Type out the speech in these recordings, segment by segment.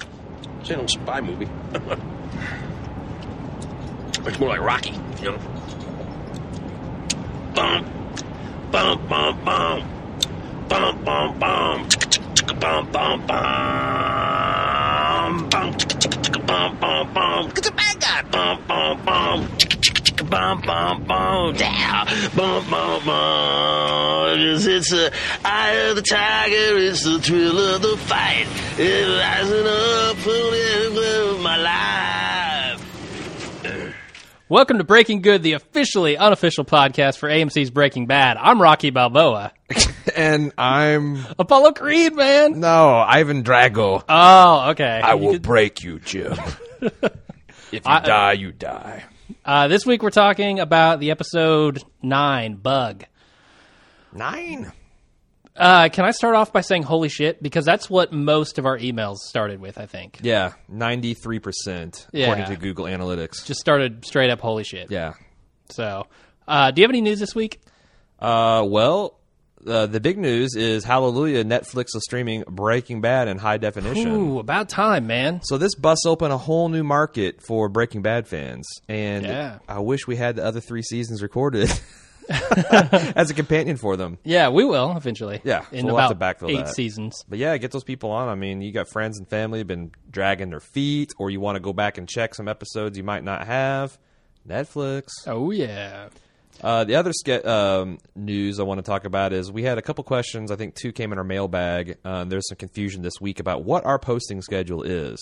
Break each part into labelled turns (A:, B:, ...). A: This ain't no spy movie. Looks more like Rocky, you know. Bum, bum, bum, bum, bum, bum, bum, bum, bum, bum, bum, bum, bum, bum. Get the bad guy. Bum, bum, bum, bum, bum, bum, down, bum, bum, bum. It's, it's the eye of the tiger. It's the thrill of the fight. It's rising up from the end of my life.
B: Welcome to Breaking Good, the officially unofficial podcast for AMC's Breaking Bad. I'm Rocky Balboa.
C: and I'm
B: Apollo Creed, man.
C: no Ivan Drago.
B: Oh, okay.
C: I
B: You
C: will
B: could-
C: break you, Jim. if you die, you die.
B: Uh, this week we're talking about the episode nine, Bug.
C: Nine.
B: Uh, can I start off by saying holy shit? Because that's what most of our emails started with, I think.
C: Yeah, ninety-three percent
B: Yeah.
C: according to Google Analytics.
B: Just started straight up holy shit.
C: yeah.
B: So, uh, do you have any news this week?
C: Uh, well, uh, the big news is Hallelujah. Netflix is streaming Breaking Bad in high definition.
B: Ooh, about time, man.
C: So this busts open a whole new market for Breaking Bad fans, and
B: Yeah.
C: I wish we had the other three seasons recorded as a companion for them.
B: Yeah, we will eventually.
C: Yeah, so
B: in
C: we'll have
B: about
C: to backfill
B: eight
C: that.
B: seasons.
C: But yeah, get those people on. I mean, you got friends and family have been dragging their feet, or you want to go back and check some episodes you might not have. Netflix.
B: Oh yeah.
C: Uh, the other ske- um, news I want to talk about is we had a couple questions. I think two came in our mailbag. Uh, there's some confusion this week about what our posting schedule is.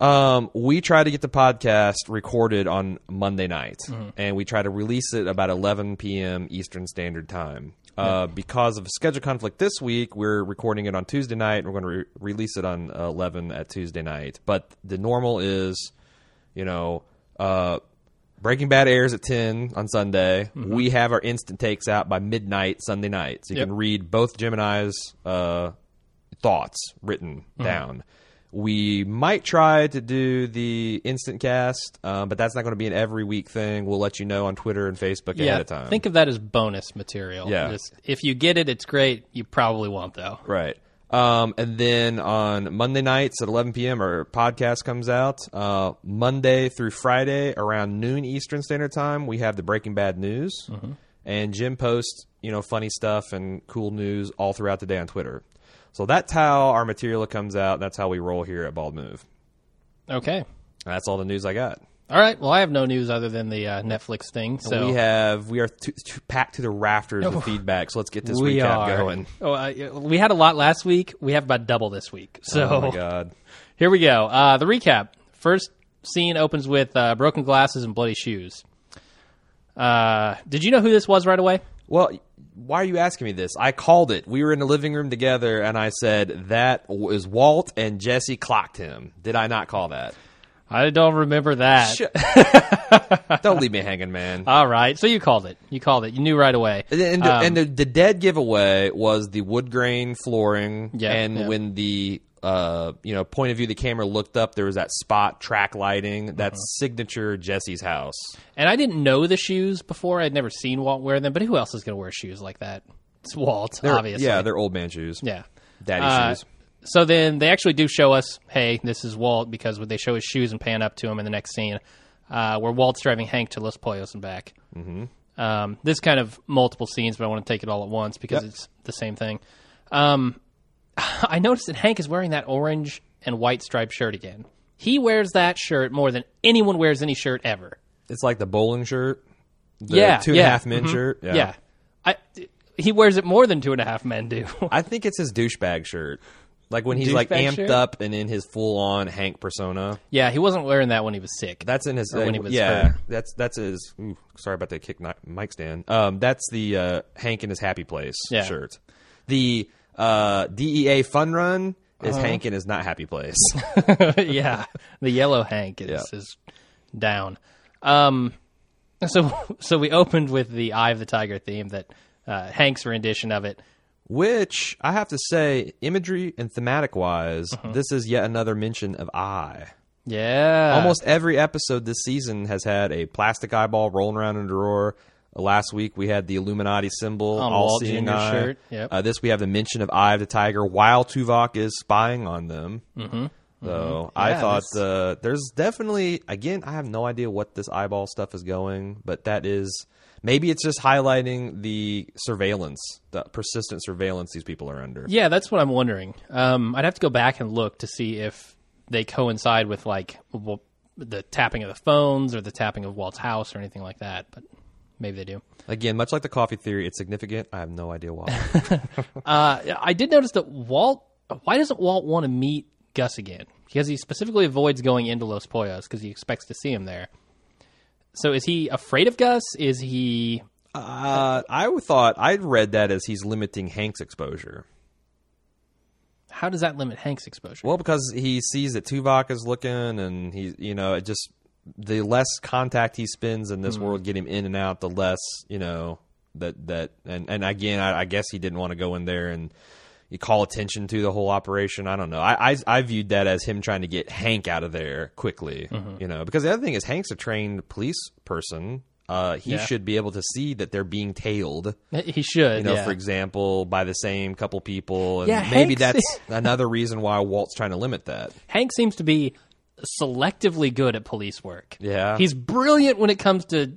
C: Um, we try to get the podcast recorded on Monday night, and we try to release it about 11 p.m. Eastern Standard Time. Uh, Because of schedule conflict this week, we're recording it on Tuesday night. and We're going to re- release it on uh, 11 at Tuesday night. But the normal is, you know, uh, Breaking Bad airs at 10 on Sunday. We have our instant takes out by midnight Sunday night. So you
B: Yep.
C: can read both Jim and I's uh, thoughts written down. We might try to do the instant cast, um, but that's not going to be an every week thing. We'll let you know on Twitter and Facebook ahead of time.
B: Think of that as bonus material.
C: Yeah.
B: Just- if you get it, it's great. You probably won't though.
C: Right. Um, and then on Monday nights at 11 p.m., our podcast comes out. Uh, Monday through Friday around noon Eastern Standard Time, we have the Breaking Bad news. And Jim posts, you know, funny stuff and cool news all throughout the day on Twitter. So that's how our material comes out. That's how we roll here at Bald Move.
B: Okay.
C: That's all the news I got.
B: All right. Well, I have no news other than the uh, Netflix thing. So
C: we have we are t- t- packed to the rafters with feedback. So let's get this
B: Oh. we
C: recap
B: are
C: going.
B: Oh, I- we had a lot last week. We have about double this week. So
C: Oh my god!
B: Here we go. Uh, the recap. First scene opens with uh, broken glasses and bloody shoes. Uh, did you know who this was right away?
C: Well, why are you asking me this? I called it. We were in the living room together, and I said that was Walt and Jesse clocked him. Did I not call that?
B: I don't remember that.
C: Don't leave me hanging, man.
B: All right. So you called it. You called it. You knew right away.
C: And, and, and
B: um,
C: the, the dead giveaway was the wood grain flooring,
B: Yeah,
C: and
B: yeah.
C: when the uh, you know point of view of the camera looked up, there was that spot track lighting. That's
B: Uh-huh.
C: signature Jesse's house.
B: And I didn't know the shoes before. I'd never seen Walt wear them. But who else is going to wear shoes like that? It's Walt,
C: They're-
B: obviously.
C: yeah, they're old man shoes.
B: Yeah.
C: daddy
B: Uh,
C: shoes.
B: So then they actually do show us, hey, this is Walt, because when they show his shoes and pan up to him in the next scene, uh, where Walt's driving Hank to Los Pollos and back. Mm-hmm. Um, this kind of multiple scenes, but I want to take it all at once because it's the same thing. Um, I noticed that Hank is wearing that orange and white striped shirt again. He wears that shirt more than anyone wears any shirt ever.
C: It's like the bowling shirt. The
B: Yeah,
C: two and a
B: yeah. Mm-hmm.
C: half men shirt.
B: Yeah. I, he wears it more than two and a half men do.
C: I think it's his douchebag shirt. Like when he's like
B: Douchebag
C: amped
B: shirt?
C: up and in his full on Hank persona.
B: yeah, he wasn't wearing that when he was sick.
C: That's in his.
B: when he was
C: yeah,
B: hurt.
C: that's that's his. Ooh, sorry about that kick ni- mic stand. Um, that's the uh, Hank in his happy place
B: Yeah.
C: shirt. The uh, DEA fun run is
B: Uh-huh.
C: Hank in his not happy place.
B: yeah, the yellow Hank is,
C: Yeah.
B: is down. Um, so so we opened with the Eye of the Tiger theme that uh, Hank's rendition of it.
C: Which I have to say, imagery and thematic wise,
B: Uh-huh.
C: this is yet another mention of eye.
B: Yeah,
C: Almost every episode this season has had a plastic eyeball rolling around in a drawer. Uh, Last week we had the Illuminati symbol,
B: On
C: all
B: Walt
C: seeing
B: Jr.'s
C: eye.
B: shirt, yep.
C: Uh, this we have the mention of Eye of the Tiger while Tuvok is spying on them. Mm-hmm. So I
B: Yeah,
C: thought
B: that's-
C: uh, there's definitely again I have no idea what this eyeball stuff is going, but that is maybe it's just highlighting the surveillance, the persistent surveillance these people are under.
B: Yeah, that's what I'm wondering. Um, I'd have to go back and look to see if they coincide with like w the tapping of the phones or the tapping of Walt's house or anything like that. But maybe they do.
C: Again, much like the coffee theory, it's significant. I have no idea why.
B: Uh, I did notice that Walt. Why doesn't Walt want to meet Gus again? Because he specifically avoids going into Los Poyos because he expects to see him there. So is he afraid of Gus? Is he?
C: uh, I thought I read that as he's limiting Hank's exposure.
B: How does that limit Hank's exposure?
C: Well, because he sees that Tuvok is looking, and he, you know, it just the less contact he spends in this world, get him in and out, the less, you know, that that and and again, I, I guess he didn't want to go in there and you call attention to the whole operation. I don't know. I I, I viewed that as him trying to get Hank out of there quickly, you know, because the other thing is Hank's a trained police person. Uh, he
B: Yeah.
C: should be able to see that they're being tailed
B: he should.
C: you know,
B: yeah.
C: for example, by the same couple people. And
B: Yeah,
C: maybe
B: Hanks-
C: that's another reason why Walt's trying to limit that.
B: Hank seems to be selectively good at police work.
C: Yeah.
B: He's brilliant when it comes to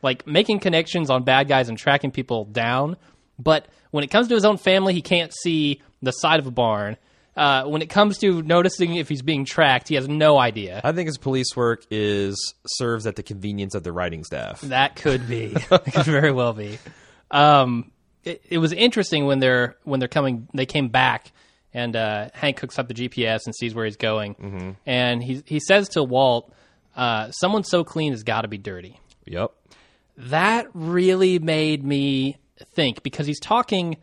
B: like making connections on bad guys and tracking people down, but when it comes to his own family, he can't see the side of a barn. Uh, when it comes to noticing if he's being tracked, he has no idea.
C: I think his police work is serves at the convenience of the writing staff.
B: That could be. it could very well be. Um, it, it was interesting when they're when they're coming. They came back, and uh, Hank hooks up the GPS and sees where he's going. And he he says to Walt, uh, "Someone so clean has got to be dirty."
C: Yep.
B: That really made me think because he's talking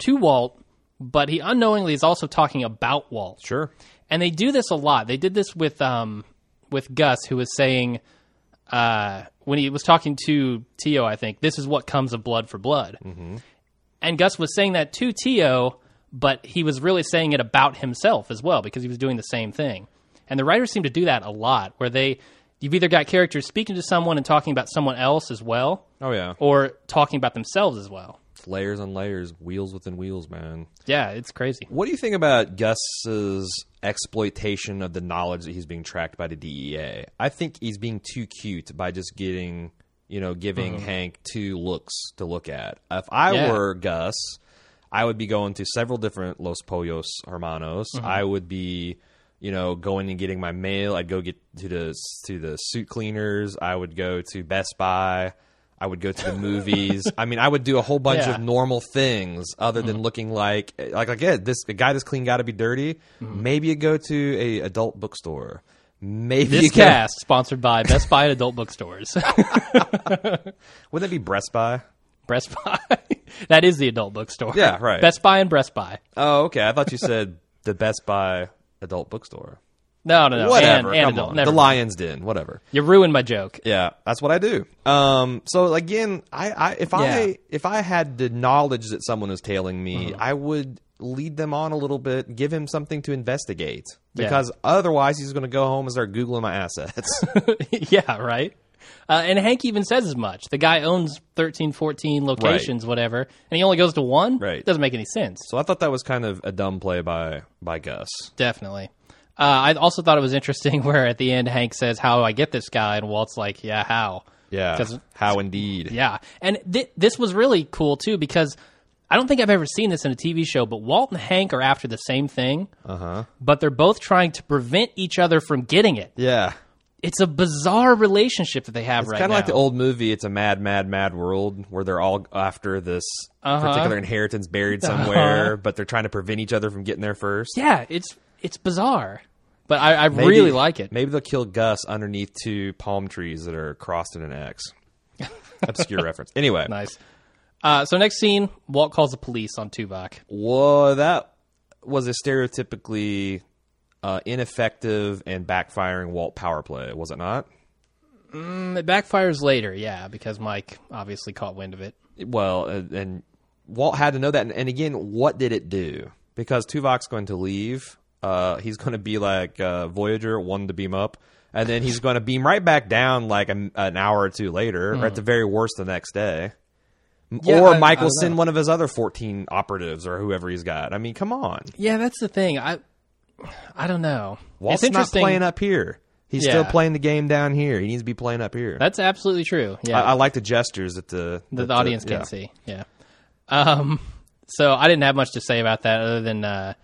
B: to Walt, but he unknowingly is also talking about Walt
C: Sure.
B: and they do this a lot. They did this with um with Gus, who was saying uh, when he was talking to Tio, I think this is what comes of blood for blood, and Gus was saying that to Tio, but he was really saying it about himself as well because he was doing the same thing. And the writers seem to do that a lot, where they you've either got characters speaking to someone and talking about someone else as well,
C: Oh yeah.
B: or talking about themselves as well.
C: It's layers on layers, wheels within wheels, man.
B: Yeah, it's crazy.
C: What do you think about Gus's exploitation of the knowledge that he's being tracked by the DEA? I think he's being too cute by just getting, you know, giving Hank two looks to look at. If I
B: Yeah.
C: were Gus, I would be going to several different Los Pollos Hermanos. I would be, you know, going and getting my mail. I'd go get to the to the suit cleaners. I would go to Best Buy. I would go to the movies. I mean, I would do a whole bunch
B: Yeah.
C: of normal things other than looking like like again this a guy that's clean got to be dirty. Maybe you go to a adult bookstore. Maybe you
B: This
C: go-
B: cast sponsored by Best Buy and adult bookstores.
C: wouldn't that be Breast Buy?
B: Best Buy. that is the adult bookstore.
C: Yeah, right.
B: Best Buy and Best Buy.
C: Oh, okay. I thought you said the Best Buy adult bookstore.
B: No, no, no.
C: Whatever.
B: And, and
C: Come
B: adult.
C: on.
B: Never
C: the
B: mind.
C: Lion's Den. Whatever.
B: You ruined my joke.
C: Yeah, that's what I do. Um, so again, I, I if
B: Yeah. Mm-hmm.
C: I if I had the knowledge that someone was tailing me, I would lead them on a little bit, give him something to investigate,
B: Yeah.
C: because otherwise he's going to go home and start googling my assets.
B: yeah, right. Uh, and Hank even says as much. The guy owns 13, 14 locations, whatever, and he only goes to one?
C: Right.
B: Doesn't make any sense.
C: so I thought that was kind of a dumb play by by Gus.
B: Definitely. Uh, I also thought it was interesting where at the end Hank says, How do I get this guy? And Walt's like, Yeah, how?
C: Yeah,
B: 'Cause-
C: how indeed.
B: Yeah, and th- this was really cool too because I don't think I've ever seen this in a TV show, but Walt and Hank are after the same thing, uh-huh. but they're both trying to prevent each other from getting it.
C: Yeah.
B: It's a bizarre relationship that they have right
C: kind
B: now.
C: of like the old movie it's a mad mad mad world where they're all after this
B: Uh-huh.
C: particular inheritance buried somewhere but they're trying to prevent each other from getting there first
B: yeah, it's it's bizarre, but I, I really like it.
C: maybe they'll kill gus underneath two palm trees that are crossed in an x obscure reference anyway
B: Nice. Uh, so next scene, Walt calls the police on Tuvok.
C: whoa that was a stereotypically uh, ineffective and backfiring walt power play was it not
B: Mm, It backfires later, yeah, because Mike obviously caught wind of it.
C: well, uh, and Walt had to know that. And, and again, what did it do? Because Tuvok's going to leave. Uh, he's going to be like uh, Voyager, one to beam up, and then he's going to beam right back down like an, an hour or two later, or at the very worst the next day.
B: Hmm. Yeah,
C: or
B: I- I
C: Michael
B: don't
C: send one of his other fourteen operatives or whoever he's got. I mean, come on.
B: Yeah, that's the thing. I I don't know.
C: Walt's
B: it's
C: not
B: interesting.
C: playing up here. He's still
B: Yeah.
C: playing the game down here. He needs to be playing up here.
B: That's absolutely true. Yeah,
C: I, I like the gestures that the
B: that
C: that
B: the audience
C: yeah.
B: can't see. Yeah. Um. So I didn't have much to say about that other than uh,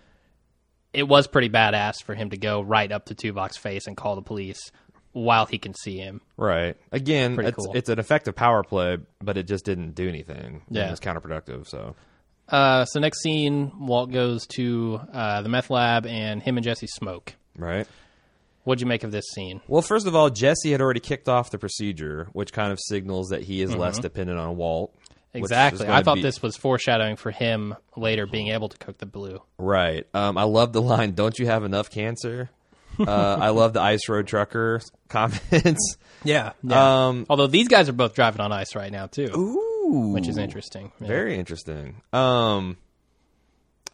B: it was pretty badass for him to go right up to Tuvok's face and call the police while he can see him.
C: Right. Again,
B: Pretty
C: it's,
B: cool.
C: it's an effective power play, but it just didn't do anything.
B: Yeah.
C: It was counterproductive. So
B: Uh, so next scene, Walt goes to uh, the meth lab, and him and Jesse smoke.
C: right.
B: What'd you make of this scene?
C: Well, first of all, Jesse had already kicked off the procedure, which kind of signals that he is less dependent on Walt. which is
B: Mm-hmm. Exactly.
C: gonna
B: I thought
C: be-
B: this was foreshadowing for him later being able to cook the blue.
C: Right. Um, I love the line, "Don't you have enough cancer?" Uh, I love the ice road trucker comments.
B: Yeah.
C: Um,
B: Although these guys are both driving on ice right now too,
C: Ooh,
B: which is interesting. Yeah.
C: Very interesting. Um,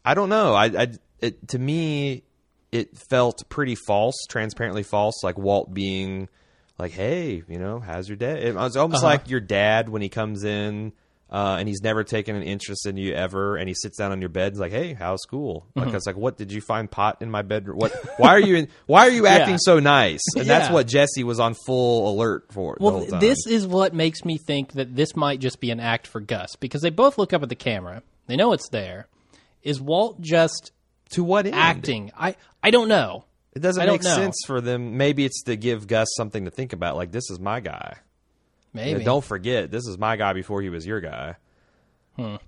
C: I don't know. I, I it, to me, it felt pretty false, transparently false. Like Walt being like, "Hey, you know, how's your day?" It was almost
B: Uh-huh.
C: like your dad when he comes in. Uh, and he's never taken an interest in you ever. And he sits down on your bed, and is like, "Hey, how's school?" Like
B: Mm-hmm.
C: it's like, "What did you find pot in my bedroom? What? Why are you? In, why are you acting so nice?" And that's
B: Yeah.
C: what Jesse was on full alert for. the
B: Well,
C: whole time.
B: this is what makes me think that this might just be an act for Gus because they both look up at the camera. They know it's there. Is Walt just
C: to what end?
B: acting? I I don't know.
C: It doesn't
B: I don't
C: make
B: know.
C: sense for them. Maybe it's to give Gus something to think about. Like this is my guy. You know,
B: Maybe
C: don't forget, this is my guy before he was your guy.
B: I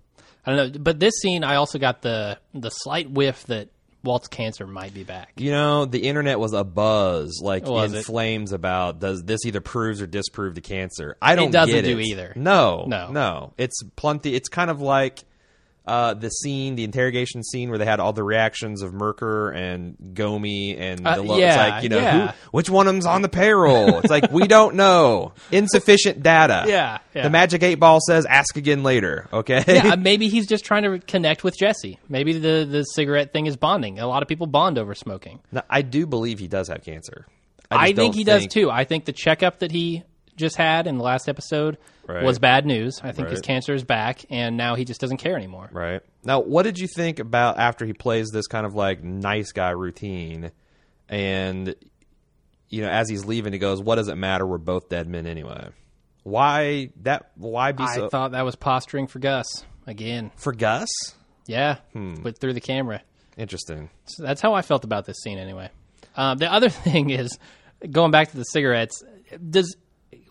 B: don't know. But this scene, I also got the the slight whiff that Walt's cancer might be back.
C: You know, the internet was a buzz, like
B: Was
C: in
B: it?
C: flames about does this either proves or disproves the cancer. I don't
B: doesn't
C: get
B: do
C: it.
B: either.
C: No,
B: No.
C: no. It's plenty. It's kind of like uh, the scene, the interrogation scene where they had all the reactions of Merker and Gomi and
B: Uh,
C: the lo-
B: yeah,
C: it's like you know
B: yeah.
C: who, which one of them's on the payroll. It's like we don't know. Insufficient data.
B: Yeah, yeah.
C: The magic eight ball says ask again later. Okay.
B: Yeah, uh, maybe he's just trying to connect with Jesse. Maybe the the cigarette thing is bonding. A lot of people bond over smoking.
C: Now, I do believe he does have cancer.
B: I,
C: just
B: think
C: don't
B: he does too. I think the checkup that he just had in the last episode
C: Right.
B: was bad news. I think his
C: Right.
B: cancer is back, and now he just doesn't care anymore.
C: Right. Now, what did you think about after he plays this kind of like nice guy routine and you know, as he's leaving he goes, "What does it matter? We're both dead men anyway." Why that why be
B: I
C: so
B: thought that was posturing for Gus again.
C: for Gus?
B: Yeah,
C: Hmm.
B: but through the camera.
C: Interesting.
B: So that's how I felt about this scene, anyway. Um, the other thing is, going back to the cigarettes, does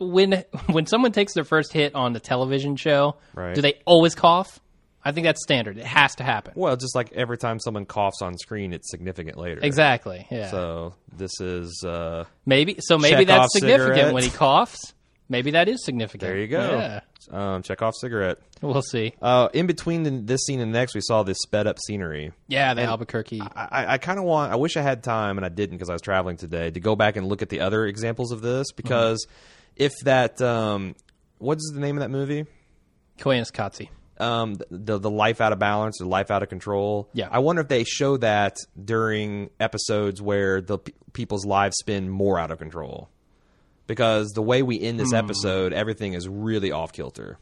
B: when when someone takes their first hit on the television show,
C: Right.
B: do they always cough? I think that's standard. It has to happen.
C: Well, just like every time someone coughs on screen, it's significant later.
B: Exactly. Yeah.
C: So, this is uh
B: Maybe so. Maybe
C: Check
B: that's
C: off
B: significant
C: cigarette.
B: when he coughs. Maybe that is significant.
C: there you go.
B: Yeah,
C: Um check off cigarette.
B: we'll see.
C: Uh in between the, this scene and the next, we saw this sped up scenery.
B: Yeah, the Albuquerque.
C: I, I kind of want. I wish I had time, and I didn't because I was traveling today to go back and look at the other examples of this. Because if that, um, what's the name of that movie?
B: Koyaanisqatsi.
C: Um, the the life out of balance, the life out of control.
B: Yeah.
C: I wonder if they show that during episodes where the pe- people's lives spin more out of control, because the way we end this episode, everything is really off kilter.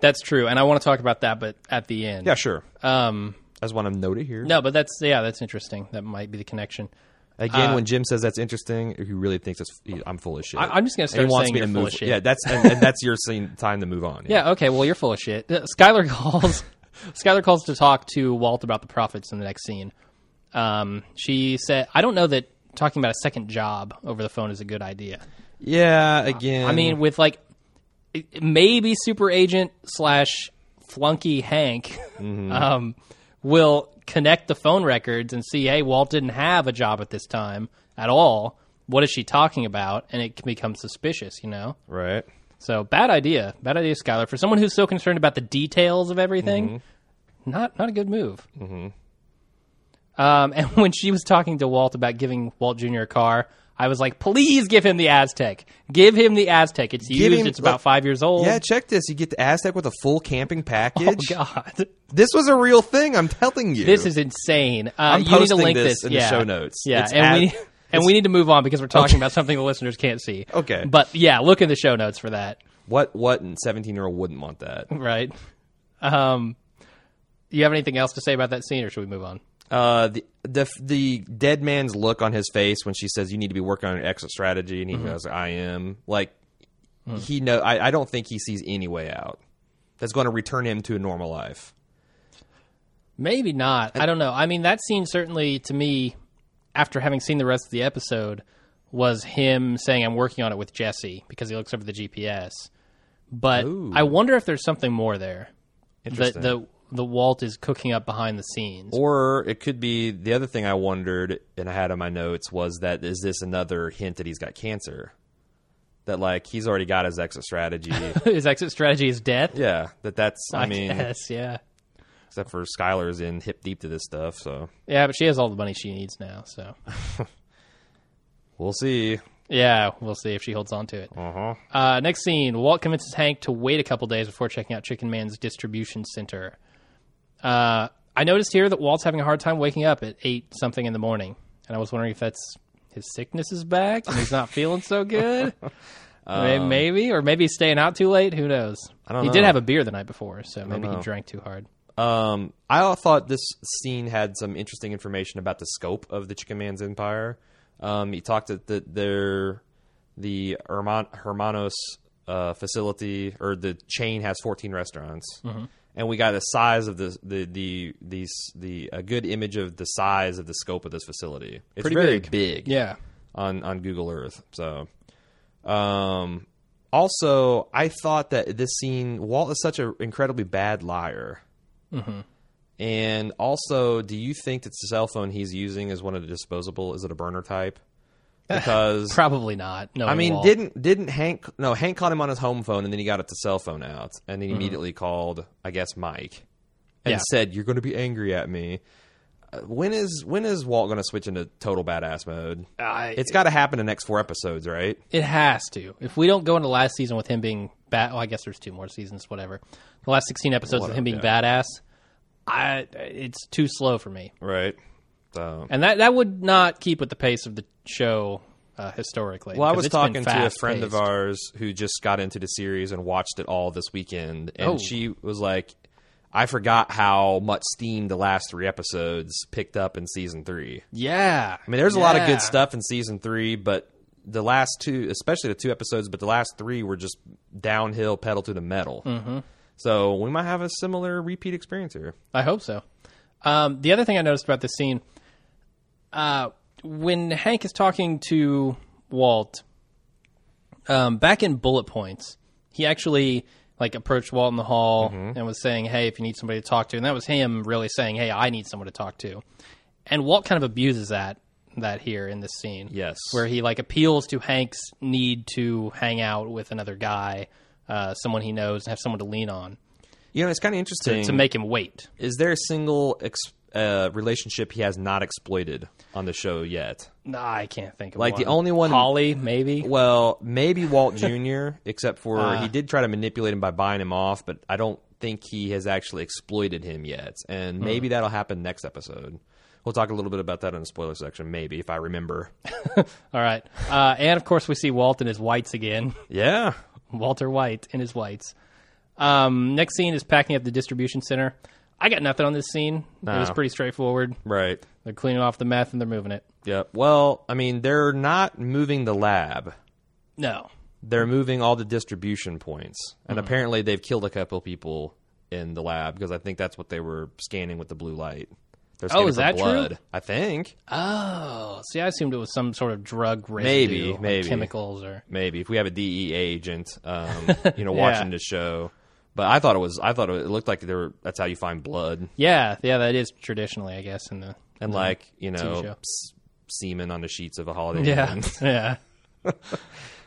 B: That's true, and I want to talk about that, but at the end.
C: Yeah, sure.
B: Um.
C: That's what I'm noted here.
B: No, but that's yeah, that's interesting. That might be the connection.
C: Again, when Jim says that's interesting, he really thinks it's, he, I'm full of shit.
B: Uh, I- I'm just gonna
C: And he
B: start
C: wants
B: saying
C: me to
B: you're full
C: move-
B: of shit.
C: Yeah, that's and, and that's your scene, time to move on.
B: Yeah. Okay. Well, you're full of shit. Uh, Skylar calls. Skylar calls to talk to Walt about the profits in the next scene. Um. She said, "I don't know that talking about a second job over the phone is a good idea."
C: yeah. Again,
B: I mean, with like it- maybe Super Agent slash Flunky Hank um, will connect the phone records and see, hey, Walt didn't have a job at this time at all. What is she talking about? And it can become suspicious, you know.
C: right?
B: So bad idea, bad idea, Skylar. For someone who's so concerned about the details of everything,
C: Mm-hmm.
B: not not a good move. Mm-hmm. Um, and when she was talking to Walt about giving Walt Jr. a car, I was like, please give him the Aztec. Give him the Aztec. It's
C: Give
B: used.
C: him-
B: it's about
C: like-
B: five years old.
C: Yeah, check this. You get the Aztec with a full camping
B: oh
C: package.
B: God,
C: This was a real thing. I'm telling you.
B: this is insane. Uh,
C: I'm
B: you need to
C: posting
B: link
C: this
B: this,
C: in the
B: yeah.
C: show notes.
B: Yeah,
C: It's
B: and
C: at-
B: we and we need to move on because we're talking about something the listeners can't see.
C: Okay.
B: but yeah, look in the show notes for that.
C: what what 17 year old wouldn't want that.
B: Right. Um, you have anything else to say about that scene, or should we move on?
C: Uh, the, the the dead man's look on his face when she says you need to be working on your exit strategy, and he
B: Mm-hmm.
C: goes, "I am." Like
B: Mm.
C: he know, I, I don't think he sees any way out that's going to return him to a normal life.
B: Maybe not. I don't know. I mean, that scene certainly to me, after having seen the rest of the episode, was him saying, "I'm working on it with Jesse" because he looks over the GPS. But
C: Ooh.
B: I wonder if there's something more there that
C: Interesting.
B: the the Walt is cooking up behind the scenes.
C: Or it could be the other thing I wondered and I had on my notes was that is this another hint that he's got cancer? That like he's already got his exit strategy.
B: His exit strategy is death.
C: yeah, that that's I, mean,
B: guess, yeah,
C: except for Skylar's in hip deep to this stuff, so
B: yeah. But she has all the money she needs now, so
C: we'll see.
B: yeah, we'll see if she holds on to it.
C: Uh-huh.
B: Uh, next scene, Walt convinces Hank to wait a couple days before checking out Chicken Man's distribution center. Uh, I noticed here that Walt's having a hard time waking up at eight something in the morning, and I was wondering if that's his sickness is back and he's not feeling so good. May- maybe, or maybe he's staying out too late. Who knows?
C: Um, I don't
B: he did
C: know.
B: have a beer the night before, so maybe he drank too hard.
C: Um, I thought this scene had some interesting information about the scope of the Chicken Man's empire. Um, he talked that the, their the Herman, Hermanos uh, facility or the chain has 14 restaurants,
B: Mm-hmm.
C: and we got the size of the the the these the a good image of the size of the scope of this facility. It's
B: Pretty
C: very
B: big. Yeah,
C: on on Google Earth. So, um, also, I thought that this scene Walt is such an incredibly bad liar. And also, do you think that the cell phone he's using is one of the disposable? Is it a burner type? Because
B: probably not. No,
C: I mean,
B: Walt.
C: didn't didn't Hank? No, Hank caught him on his home phone, and then he got the cell phone out, and then he immediately called, I guess, Mike, and
B: Mm-hmm. Yeah.
C: said, "You're going to be angry at me." Uh, When is when is Walt going to switch into total badass mode?
B: I-
C: it's got to happen in the next four episodes, right?
B: It has to. If we don't go into last season with him being bad, well, I guess there's two more seasons, whatever. The last 16 episodes with him being badass, I it's too slow for me.
C: Right. So,
B: And that that would not keep with the pace of the show uh, historically.
C: well, I
B: because
C: was
B: it's been
C: talking to a
B: fast-paced.
C: friend of ours who just got into the series and watched it all this weekend, and
B: Oh.
C: she was like, "I forgot how much steam the last three episodes picked up in season three.
B: Yeah.
C: I mean, there's a lot of
B: Yeah.
C: good stuff in season three, but the last two, especially the two episodes, but the last three were just downhill pedal to the metal. Mm-hmm. So we might have a similar repeat experience here.
B: I hope so. Um, the other thing I noticed about this scene, uh, when Hank is talking to Walt, um, back in bullet points, he actually like approached Walt in the hall and was saying, "Hey, if you need somebody to talk to," and that was him really saying, "Hey, I need someone to talk to," and Walt kind of abuses that that here in this scene,
C: Yes.
B: where he like appeals to Hank's need to hang out with another guy, uh, someone he knows, and have someone to lean on
C: You know, it's kind of interesting.
B: to make him wait.
C: Is there a single ex- uh, relationship he has not exploited on the show yet?
B: No, I can't think of
C: Like, the
B: one.
C: only one-
B: Holly, maybe.
C: Well, maybe Walt Jr., except for
B: Ah.
C: he did try to manipulate him by buying him off, but I don't think he has actually exploited him yet. And
B: Hmm.
C: maybe that'll happen next episode. We'll talk a little bit about that in the spoiler section, maybe, if I remember.
B: All right, uh, and of course we see Walt in his whites again.
C: Yeah.
B: Walter White in his whites. Um, next scene is packing up the distribution center. I got nothing on this scene. It was
C: No.
B: pretty straightforward.
C: Right.
B: They're cleaning off the meth and they're moving it.
C: Yeah. Well, I mean, they're not moving the lab.
B: No,
C: They're moving all the distribution points. And
B: Hmm.
C: apparently they've killed a couple people in the lab because I think that's what they were scanning with the blue light. They're scanning
B: Oh, is
C: for
B: that true?
C: blood. I think.
B: Oh, see, I assumed it was some sort of drug residue,
C: Maybe,
B: like
C: maybe.
B: chemicals or
C: maybe if we have a DEA agent, um, you know, watching
B: Yeah.
C: the show. But I thought it was. I thought it looked like there. Were, that's how you find blood
B: yeah, yeah. That is traditionally, I guess, in the
C: and like you
B: TV
C: know
B: Mm-hmm. show.
C: s- semen on the sheets of a holiday.
B: yeah,
C: Inn.
B: yeah.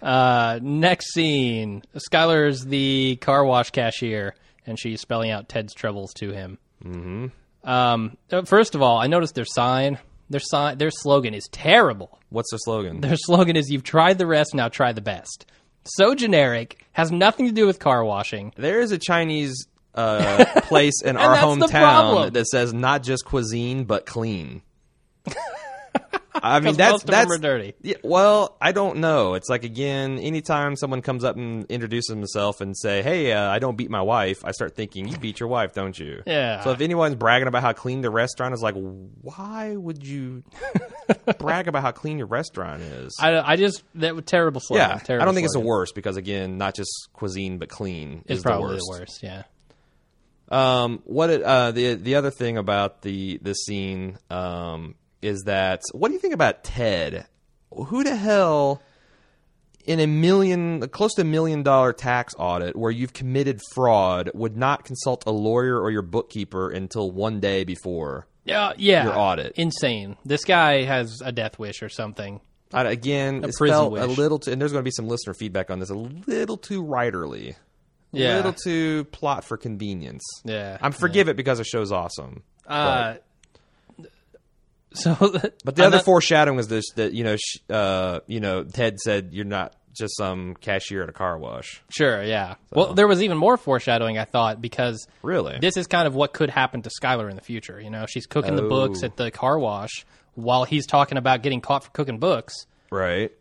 B: uh, next scene, Skylar's the car wash cashier, and she's spelling out Ted's troubles to him. Mm-hmm. Um, uh, first of all, I noticed their sign. Their sign, their slogan is terrible.
C: What's the slogan?
B: Their slogan is "You've tried the rest, now try the best." So generic, has nothing to do with car washing.
C: there is a Chinese uh, place in our
B: that's the
C: hometown
B: problem.
C: that says not just cuisine but clean. I mean,
B: 'Cause
C: that's
B: most of them
C: that's
B: are dirty.
C: Yeah, well, I don't know. It's like again, anytime someone comes up and introduces himself and say, "Hey, uh, I don't beat my wife," I start thinking, "You beat your wife, don't you?"
B: Yeah.
C: So if anyone's bragging about how clean the restaurant is, like, why would you brag about how clean your restaurant is?
B: I, I just that was terrible slogan.
C: yeah,
B: terrible
C: I don't think it's the
B: slogan.
C: worst because again, not just cuisine but clean
B: It's
C: is
B: probably
C: the worst.
B: Yeah,
C: Um, what it, uh, the the other thing about the the scene um, is that what do you think about Ted? Who the hell in a million close to a million dollar tax audit where you've committed fraud would not consult a lawyer or your bookkeeper until one day before?
B: yeah, yeah.
C: Your audit.
B: insane. This guy has a death wish or something.
C: I, again, it's
B: prison
C: felt
B: wish.
C: a little too, and there's going to be some listener feedback on this. A little too writerly, a
B: Yeah,
C: little too plot for convenience.
B: yeah.
C: I'm forgive it because the show's awesome.
B: uh, so,
C: But the other foreshadowing was this that you know, sh- uh, you know, Ted said you're not just some cashier at a car wash.
B: Sure, yeah. Well, there was even more foreshadowing, I thought, because
C: Really?
B: this is kind of what could happen to Skylar in the future. You know, she's cooking the books
C: Oh.
B: at the car wash while he's talking about getting caught for cooking books.
C: Right.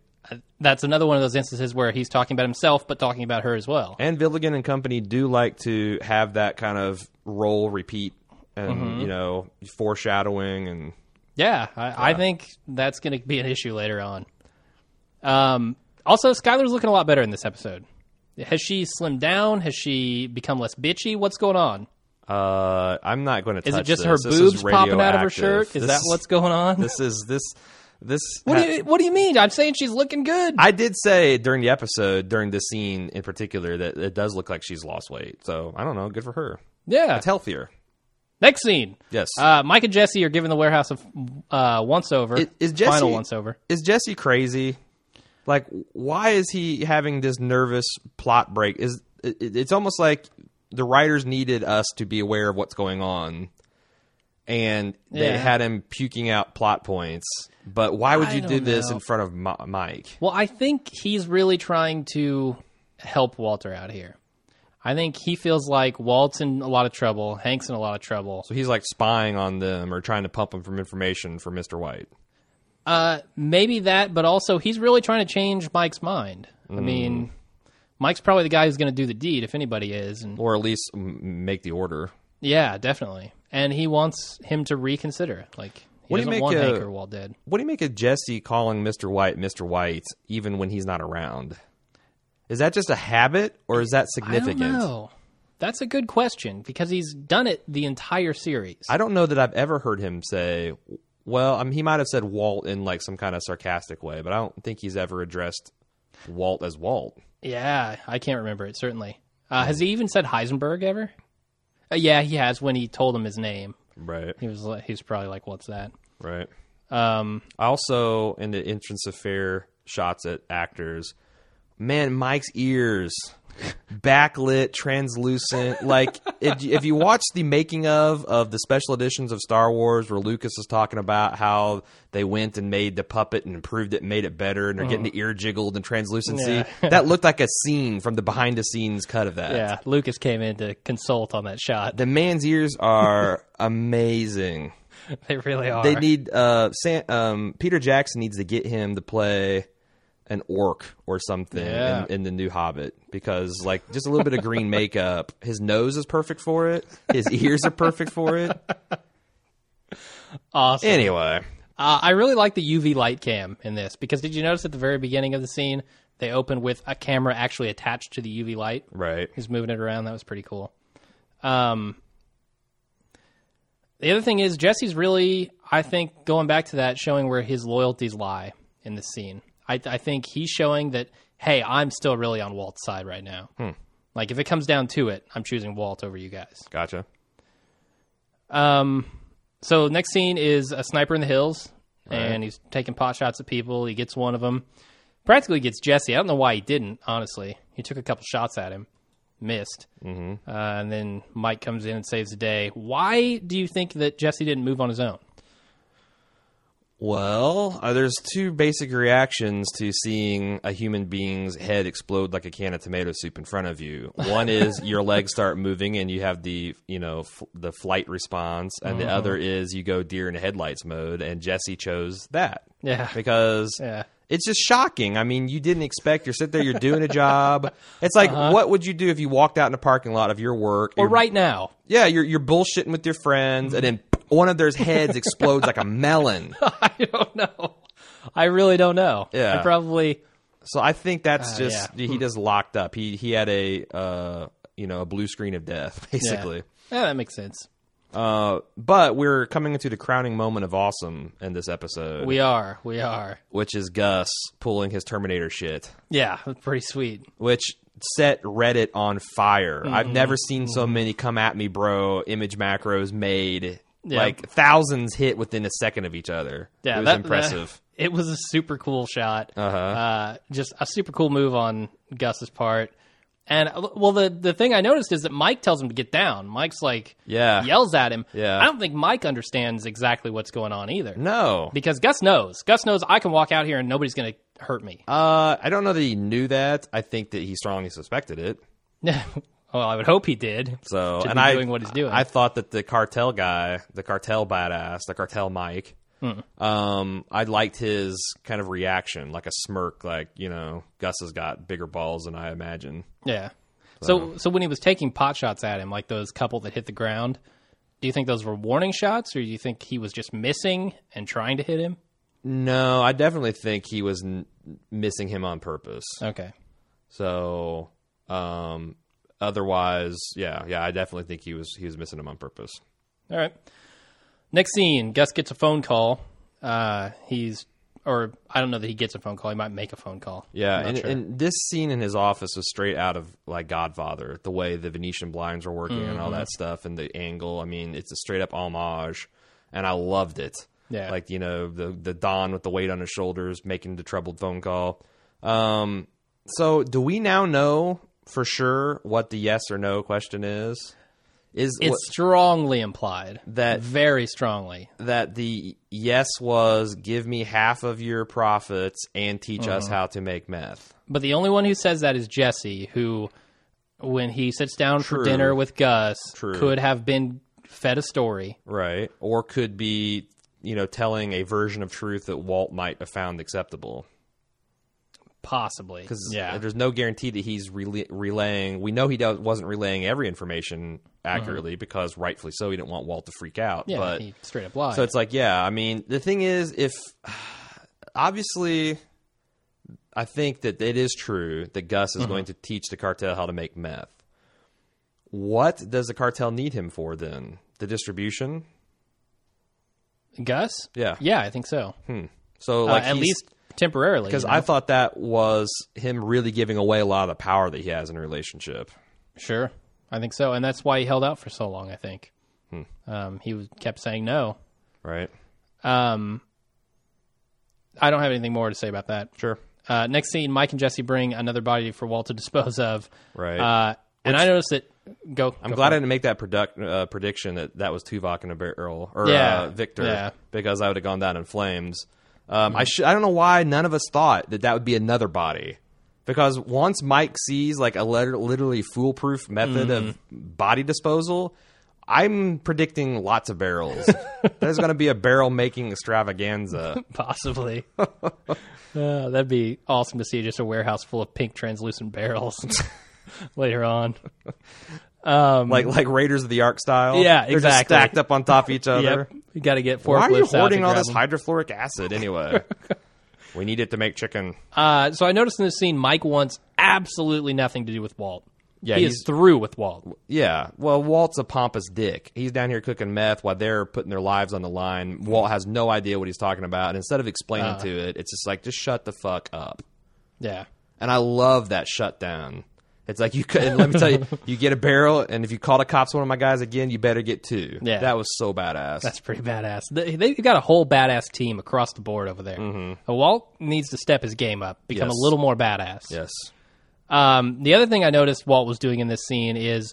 B: That's another one of those instances where he's talking about himself, but talking about her as well.
C: And Villigan and company do like to have that kind of role repeat and
B: Mm-hmm.
C: you know foreshadowing and
B: Yeah, I, I think that's going to be an issue later on. Um, also, Skylar's looking a lot better in this episode. Has she slimmed down? Has she become less bitchy? What's going on?
C: uh, I'm not going to.
B: Is it just her boobs popping out of her shirt? Is that what's going on?
C: This is this this.
B: What do you What do you mean? I'm saying she's looking good.
C: I did say during the episode, during this scene in particular, that it does look like she's lost weight. So I don't know. Good for her.
B: yeah.
C: It's healthier.
B: Next scene.
C: Yes.
B: Uh, Mike and Jesse are giving the warehouse a uh, once over.
C: Is- is Jesse-
B: final once over?
C: is Jesse crazy? Like, why is he having this nervous plot break? Is it, it- it's almost like the writers needed us to be aware of what's going on, and they
B: Yeah.
C: had him puking out plot points. But why would
B: I
C: you do
B: don't
C: this
B: know.
C: in front of Mi- Mike?
B: Well, I think he's really trying to help Walter out here. I think he feels like Walt's in a lot of trouble. Hank's in a lot of trouble.
C: So he's like spying on them or trying to pump them from information for Mister White.
B: Uh, maybe that, but also he's really trying to change Mike's mind. I
C: Mm.
B: mean, Mike's probably the guy who's going to do the deed if anybody is, and
C: Or at least m- make the order.
B: yeah, definitely. And he wants him to reconsider. Like he
C: What do you
B: doesn't
C: make
B: want
C: of-
B: Hank or Walt dead.
C: What do you make of Jesse calling Mr. White Mr. White even when he's not around? Is that just a habit or is that significant?
B: I don't know. That's a good question because he's done it the entire series.
C: I don't know that I've ever heard him say, well, I mean, he might have said Walt in like some kind of sarcastic way, but I don't think he's ever addressed Walt as Walt.
B: yeah, I can't remember it certainly. Uh, has he even said Heisenberg ever? Uh, yeah, he has when he told him his name.
C: Right.
B: He was like, he was probably like, "What's that?"
C: Right.
B: Um,
C: Also, in the entrance of fair shots at actors, man, Mike's ears, backlit, translucent. like if, if you watch the making of of the special editions of Star Wars, where Lucas is talking about how they went and made the puppet and improved it, and made it better, and they're getting the ear jiggled and translucency. that looked like a scene from the behind the scenes cut of that.
B: yeah, Lucas came in to consult on that shot.
C: The man's ears are amazing.
B: They really are.
C: They need uh, Sam, um, Peter Jackson needs to get him to play an orc or something
B: Yeah.
C: in, in the new Hobbit because like just a little bit of green makeup. His nose is perfect for it. His ears are perfect for it.
B: awesome.
C: Anyway,
B: Uh, I really like the UV light cam in this because did you notice at the very beginning of the scene they opened with a camera actually attached to the UV light?
C: right?
B: He's moving it around. That was pretty cool. Um, the other thing is Jesse's really, I think, going back to that, showing where his loyalties lie in this scene. I, I think he's showing that, hey, I'm still really on Walt's side right now. Like if it comes down to it, I'm choosing Walt over you guys.
C: Gotcha.
B: Um, so next scene is a sniper in the hills, and he's taking pot shots at people. He gets one of them, practically gets Jesse. I don't know why he didn't. Honestly, he took a couple shots at him, missed, mm-hmm. uh, and then Mike comes in and saves the day. Why do you think that Jesse didn't move on his own?
C: Well, uh, there's two basic reactions to seeing a human being's head explode like a can of tomato soup in front of you. One is your legs start moving and you have the you know f- the flight response, and the other
B: Mm-hmm.
C: is you go deer in headlights mode. And Jesse chose that,
B: Yeah.
C: because
B: Yeah.
C: it's just shocking. I mean, you didn't expect. You're sitting there, you're doing a job. It's like, what would you do if you walked out in a parking lot of your work?
B: Or
C: you're
B: Uh-huh. right now.
C: yeah, you're you're bullshitting with your friends, and then
B: Mm-hmm.
C: one of their heads explodes like a melon.
B: I don't know. I really don't know.
C: Yeah.
B: I probably.
C: So I think that's just
B: Uh, yeah.
C: he just locked up. He he had a uh, you know a blue screen of death basically.
B: Yeah, that makes sense.
C: Uh, but we're coming into the crowning moment of awesome in this episode,
B: We are. We are.
C: which is Gus pulling his Terminator shit,
B: Yeah, that's pretty sweet.
C: which set Reddit on fire. I've
B: Mm-hmm.
C: never seen so many come at me, bro. Image macros made.
B: Yeah.
C: Like thousands hit within a second of each other.
B: Yeah,
C: it was
B: that-
C: impressive.
B: that- it was a super cool shot. Uh-huh. Just a super cool move on Gus's part. And uh, well, the the thing I noticed is that Mike tells him to get down. Mike's like,
C: Yeah.
B: yells at him.
C: Yeah.
B: I don't think Mike understands exactly what's going on either.
C: no,
B: Because Gus knows. Gus knows I can walk out here and nobody's going to hurt me.
C: uh, I don't know that he knew that. I think that he strongly suspected it.
B: well, I would hope he did.
C: So
B: Should
C: and
B: be
C: I
B: doing what he's doing.
C: I thought that the cartel guy, the cartel badass, the cartel Mike.
B: Mm.
C: Um, I liked his kind of reaction, like a smirk, like you know, Gus has got bigger balls than I imagine.
B: Yeah. So so when he was taking pot shots at him, like those couple that hit the ground, do you think those were warning shots, or do you think he was just missing and trying to hit him?
C: No, I definitely think he was n- missing him on purpose.
B: Okay.
C: So, um, otherwise, yeah, yeah, I definitely think he was he was missing him on purpose.
B: All right. Next scene, Gus gets a phone call. Uh, he's or I don't know that he gets a phone call. He might make a phone call.
C: Yeah,
B: I'm not
C: and,
B: sure.
C: and this scene in his office was straight out of like Godfather, the way the Venetian blinds were working and
B: Mm-hmm.
C: all that stuff, and the angle. I mean, it's a straight up homage, and I loved it.
B: Yeah.
C: like you know the the Don with the weight on his shoulders making the troubled phone call. Um, so do we now know for sure what the yes or no question is? Is
B: it's strongly implied
C: That-
B: very strongly.
C: what- that the yes was give me half of your profits and teach us
B: Uh-huh.
C: how to make meth?
B: But the only one who says that is Jesse, who, when he sits down
C: True.
B: for dinner with Gus,
C: True.
B: could have been fed a story.
C: Right. Or could be, you know, telling a version of truth that Walt might have found acceptable.
B: Possibly.
C: Because
B: yeah.
C: there's no guarantee that he's rela- relaying. We know he does, wasn't relaying every information accurately because, rightfully so, he didn't want Walt to freak out.
B: Mm-hmm. Yeah,
C: but
B: he straight up lied.
C: so it's like, yeah. I mean, the thing is, if obviously, I think that it is true that Gus is
B: Mm-hmm.
C: going to teach the cartel how to make meth. What does the cartel need him for then? The distribution.
B: Gus?
C: Yeah.
B: Yeah, I think so.
C: So
B: Uh,
C: like
B: at
C: he's-
B: least temporarily.
C: Because
B: you
C: I
B: know?
C: thought that was him really giving away a lot of the power that he has in a relationship.
B: Sure. I think so. And that's why he held out for so long, I think.
C: Hmm.
B: Um, he was, kept saying no.
C: Right.
B: Um, I don't have anything more to say about that.
C: Sure.
B: Uh, next scene Mike and Jesse bring another body for Walt to dispose of.
C: Right.
B: Uh, and I noticed that. Go.
C: I'm glad I didn't make that product, uh, prediction that that was Tuvok and a Earl or
B: Yeah.
C: uh, Victor
B: Yeah. Mm-hmm.
C: because I would have gone down in flames. Um, I sh- I don't know why none of us thought that that would be another body because once Mike sees like a letter- literally foolproof method of
B: Mm-hmm.
C: body disposal, I'm predicting lots of barrels. There's going to be a barrel making extravaganza.
B: Possibly. uh, that'd be awesome to see just a warehouse full of pink translucent barrels later on.
C: like like Raiders of the Ark style.
B: Yeah,
C: They're just
B: exactly.
C: stacked up on top of each other.
B: Yep. You got to get forklifts
C: Why are you
B: out to
C: hoarding all
B: grab
C: this
B: them.
C: hydrofluoric acid anyway? we need it to make chicken.
B: Uh, so I noticed in this scene, Mike wants absolutely nothing to do with Walt.
C: Yeah,
B: he
C: he's-
B: is through with Walt.
C: Yeah. Well, Walt's a pompous dick. He's down here cooking meth while they're putting their lives on the line. Walt has no idea what he's talking about, and instead of explaining
B: Uh.
C: to it, it's just like just shut the fuck up.
B: Yeah,
C: And I love that shutdown. It's like you could. and Let me tell you, you get a barrel, and if you call the cops, one of my guys again, you better get two.
B: Yeah.
C: that was so badass.
B: that's pretty badass. They, they've got a whole badass team across the board over there. Uh, Walt needs to step his game up, become
C: Mm-hmm. Yes.
B: a little more badass.
C: yes.
B: Um, the other thing I noticed Walt was doing in this scene is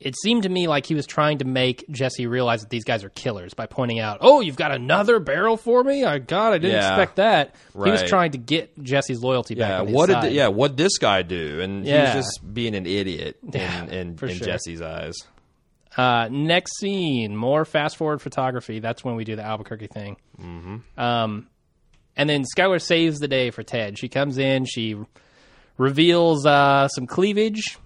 B: it seemed to me like he was trying to make Jesse realize that these guys are killers by pointing out, "Oh, you've got another barrel for me? I God, I didn't
C: Yeah.
B: expect that." He was
C: Right.
B: trying to get Jesse's loyalty back.
C: Yeah,
B: on his
C: what did
B: side.
C: th- yeah what this guy do? And
B: Yeah.
C: he's just being an idiot in
B: Yeah,
C: in,
B: for
C: in
B: sure.
C: Jesse's eyes.
B: Uh, next scene, more fast forward photography. That's when we do the Albuquerque thing. Mm-hmm. Um, and then Skylar saves the day for Ted. She comes in, she reveals uh, some cleavage,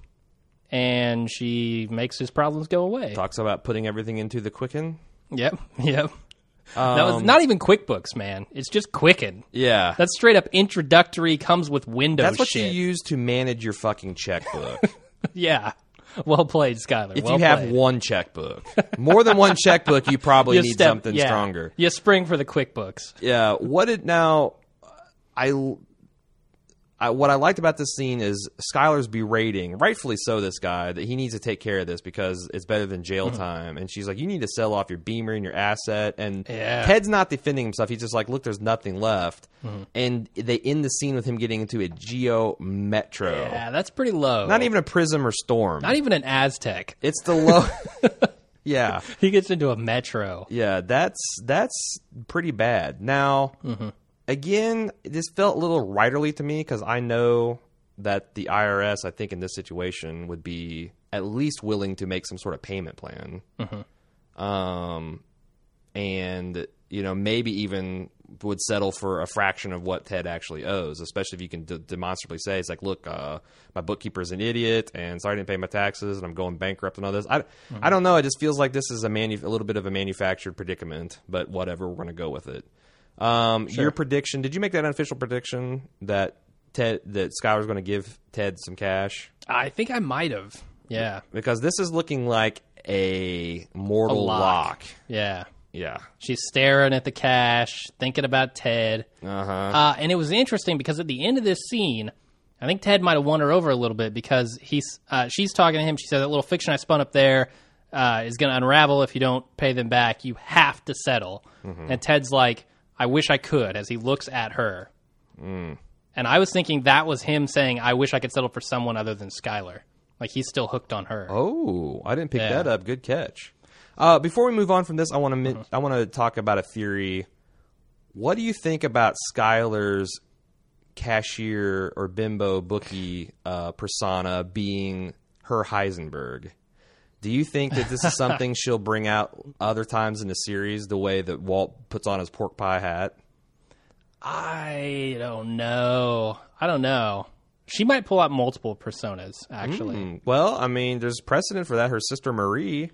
B: and she makes his problems go away.
C: Talks about putting everything into the Quicken.
B: Yep, yep. that
C: Um,
B: was not even QuickBooks, man. It's just Quicken.
C: Yeah, Oh,
B: That's straight up introductory. Comes with Windows.
C: That's what
B: shit.
C: you use to manage your fucking checkbook.
B: Yeah. Well played, Skylar.
C: if
B: well
C: you have
B: played.
C: one checkbook, more than one checkbook, you probably
B: You
C: need
B: step-
C: something
B: yeah.
C: stronger.
B: You spring for the QuickBooks.
C: Yeah. What did now? I, I what I liked about this scene is Skylar's berating, rightfully so, this guy that he needs to take care of this because it's better than jail
B: Hmm.
C: time. And she's like, "You need to sell off your Beamer and your asset." And
B: Yeah. Hmm.
C: Ted's not defending himself. He's just like, "Look, there's nothing left." And they end the scene with him getting into a Geo Metro,
B: Yeah, that's pretty low.
C: not even a Prism or Storm.
B: Not even an Aztec.
C: It's the low. yeah,
B: He gets into a metro.
C: yeah. That's that's pretty bad. Now, again, this felt a little writerly to me because I know that the IRS, I think, in this situation would be at least willing to make some sort of payment plan. Um, and you know maybe even would settle for a fraction of what Ted actually owes, especially if you can d- demonstrably say it's like, look, uh, my bookkeeper's an idiot, and sorry I didn't pay my taxes, and I'm going bankrupt and all this. I, I don't know. It just feels like this is a manu- a little bit of a manufactured predicament, but whatever, we're going to go with it. Um, Your prediction? Did you make that unofficial prediction that Ted that Skyler's going to give Ted some cash?
B: I think I might have. Yeah.
C: Because this is looking like a mortal
B: lock.
C: lock.
B: Yeah.
C: Yeah.
B: She's staring at the cash, thinking about Ted.
C: Uh-huh.
B: Uh, and it was interesting because at the end of this scene, I think Ted might have won her over a little bit because he's uh, she's talking to him. She said that little fiction I spun up there uh, is going to unravel if you don't pay them back. You have to settle.
C: Mm-hmm.
B: And Ted's like, "I wish I could," as he looks at her.
C: Mm.
B: And I was thinking that was him saying, "I wish I could settle for someone other than Skylar." Like he's still hooked on her.
C: Oh, I didn't pick
B: Yeah.
C: that up. Good catch. Uh, before we move on from this, I want to min- I want to talk about a theory. What do you think about Skylar's cashier or bimbo bookie uh, persona being her Heisenberg? Do you think that this is something she'll bring out other times in the series, the way that Walt puts on his pork pie hat?
B: I don't know. I don't know. She might pull out multiple personas, actually.
C: Mm. Well, I mean, there's precedent for that. Her sister Marie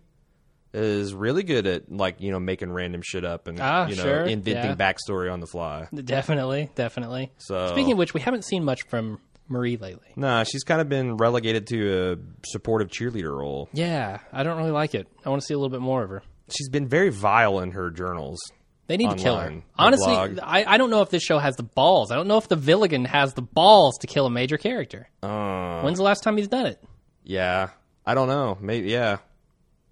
C: is really good at like you know making random shit up and
B: Ah,
C: you know
B: sure,
C: inventing
B: yeah.
C: backstory on the fly.
B: Definitely, definitely.
C: So-
B: Speaking of which, we haven't seen much from Marie lately.
C: Nah, she's kind of been relegated to a supportive cheerleader role.
B: Yeah, I don't really like it. I want to see a little bit more of her.
C: She's been very vile in her journals.
B: They need to kill her.
C: Online, the
B: Honestly,
C: blog.
B: I, I don't know if this show has the balls. I don't know if the Villigan has the balls to kill a major character.
C: Uh,
B: When's the last time he's done it?
C: yeah, I don't know. Maybe yeah,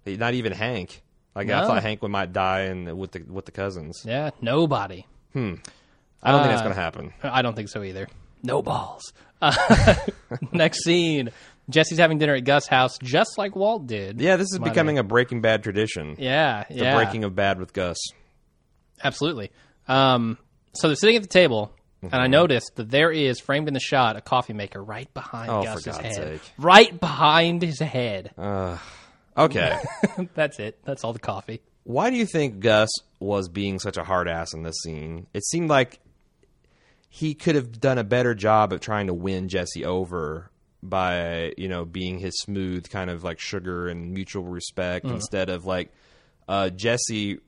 C: not even Hank. Like I
B: No.
C: thought Hank would might die and with the with the cousins.
B: Yeah, nobody.
C: I don't think
B: Ah.
C: that's gonna happen.
B: I don't think so either. No balls. Uh, next scene. Jesse's having dinner at Gus' house, just like Walt did.
C: Yeah, this is
B: My
C: becoming a Breaking Bad tradition.
B: Yeah,
C: The
B: yeah.
C: Breaking of Bad with Gus.
B: Absolutely. Um, so they're sitting at the table, and
C: Mhm.
B: I noticed that there is framed in the shot a coffee maker right behind
C: Oh, for
B: Gus's
C: God's
B: head.
C: sake. Uh.
B: Right behind his head.
C: Okay.
B: That's it. That's all the coffee.
C: Why do you think Gus was being such a hard ass in this scene? It seemed like he could have done a better job of trying to win Jesse over by, you know, being his smooth kind of like sugar and mutual respect instead of like uh, Jesse,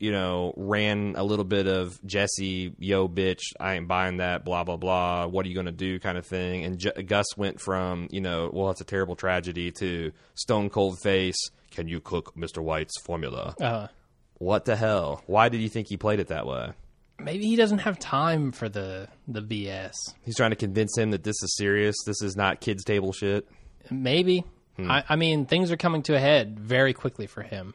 C: you know, ran a little bit of Jesse, yo, bitch, I ain't buying that, blah, blah, blah. What are you going to do kind of thing. And J- Gus went from, you know, well, it's a terrible tragedy to stone cold face. Can you cook Mr. White's formula?
B: Uh,
C: What the hell? Why did you think he played it that way?
B: maybe he doesn't have time for the the BS.
C: He's trying to convince him that this is serious. This is not kids' table shit.
B: Maybe.
C: Hmm.
B: I, I mean, things are coming to a head very quickly for him.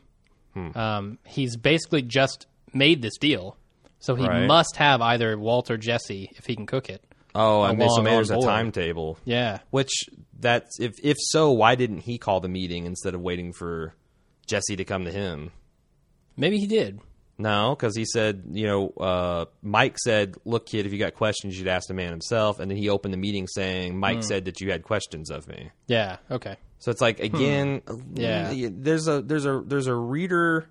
C: Hmm.
B: Um, he's basically just made this deal, so he
C: Right.
B: must have either Walt or Jesse if he can cook it.
C: Oh,
B: a
C: and they, so
B: long
C: maybe there's a
B: on board.
C: timetable.
B: Yeah.
C: Which that's if if so, why didn't he call the meeting instead of waiting for Jesse to come to him?
B: Maybe he did.
C: No, because he said, you know, uh, Mike said, "Look, kid, if you got questions, you'd ask the man himself." And then he opened the meeting saying, "Mike said that you had questions of me."
B: Yeah. Okay.
C: So it's like again,
B: Hmm. Yeah.
C: yeah. There's a there's a there's a reader.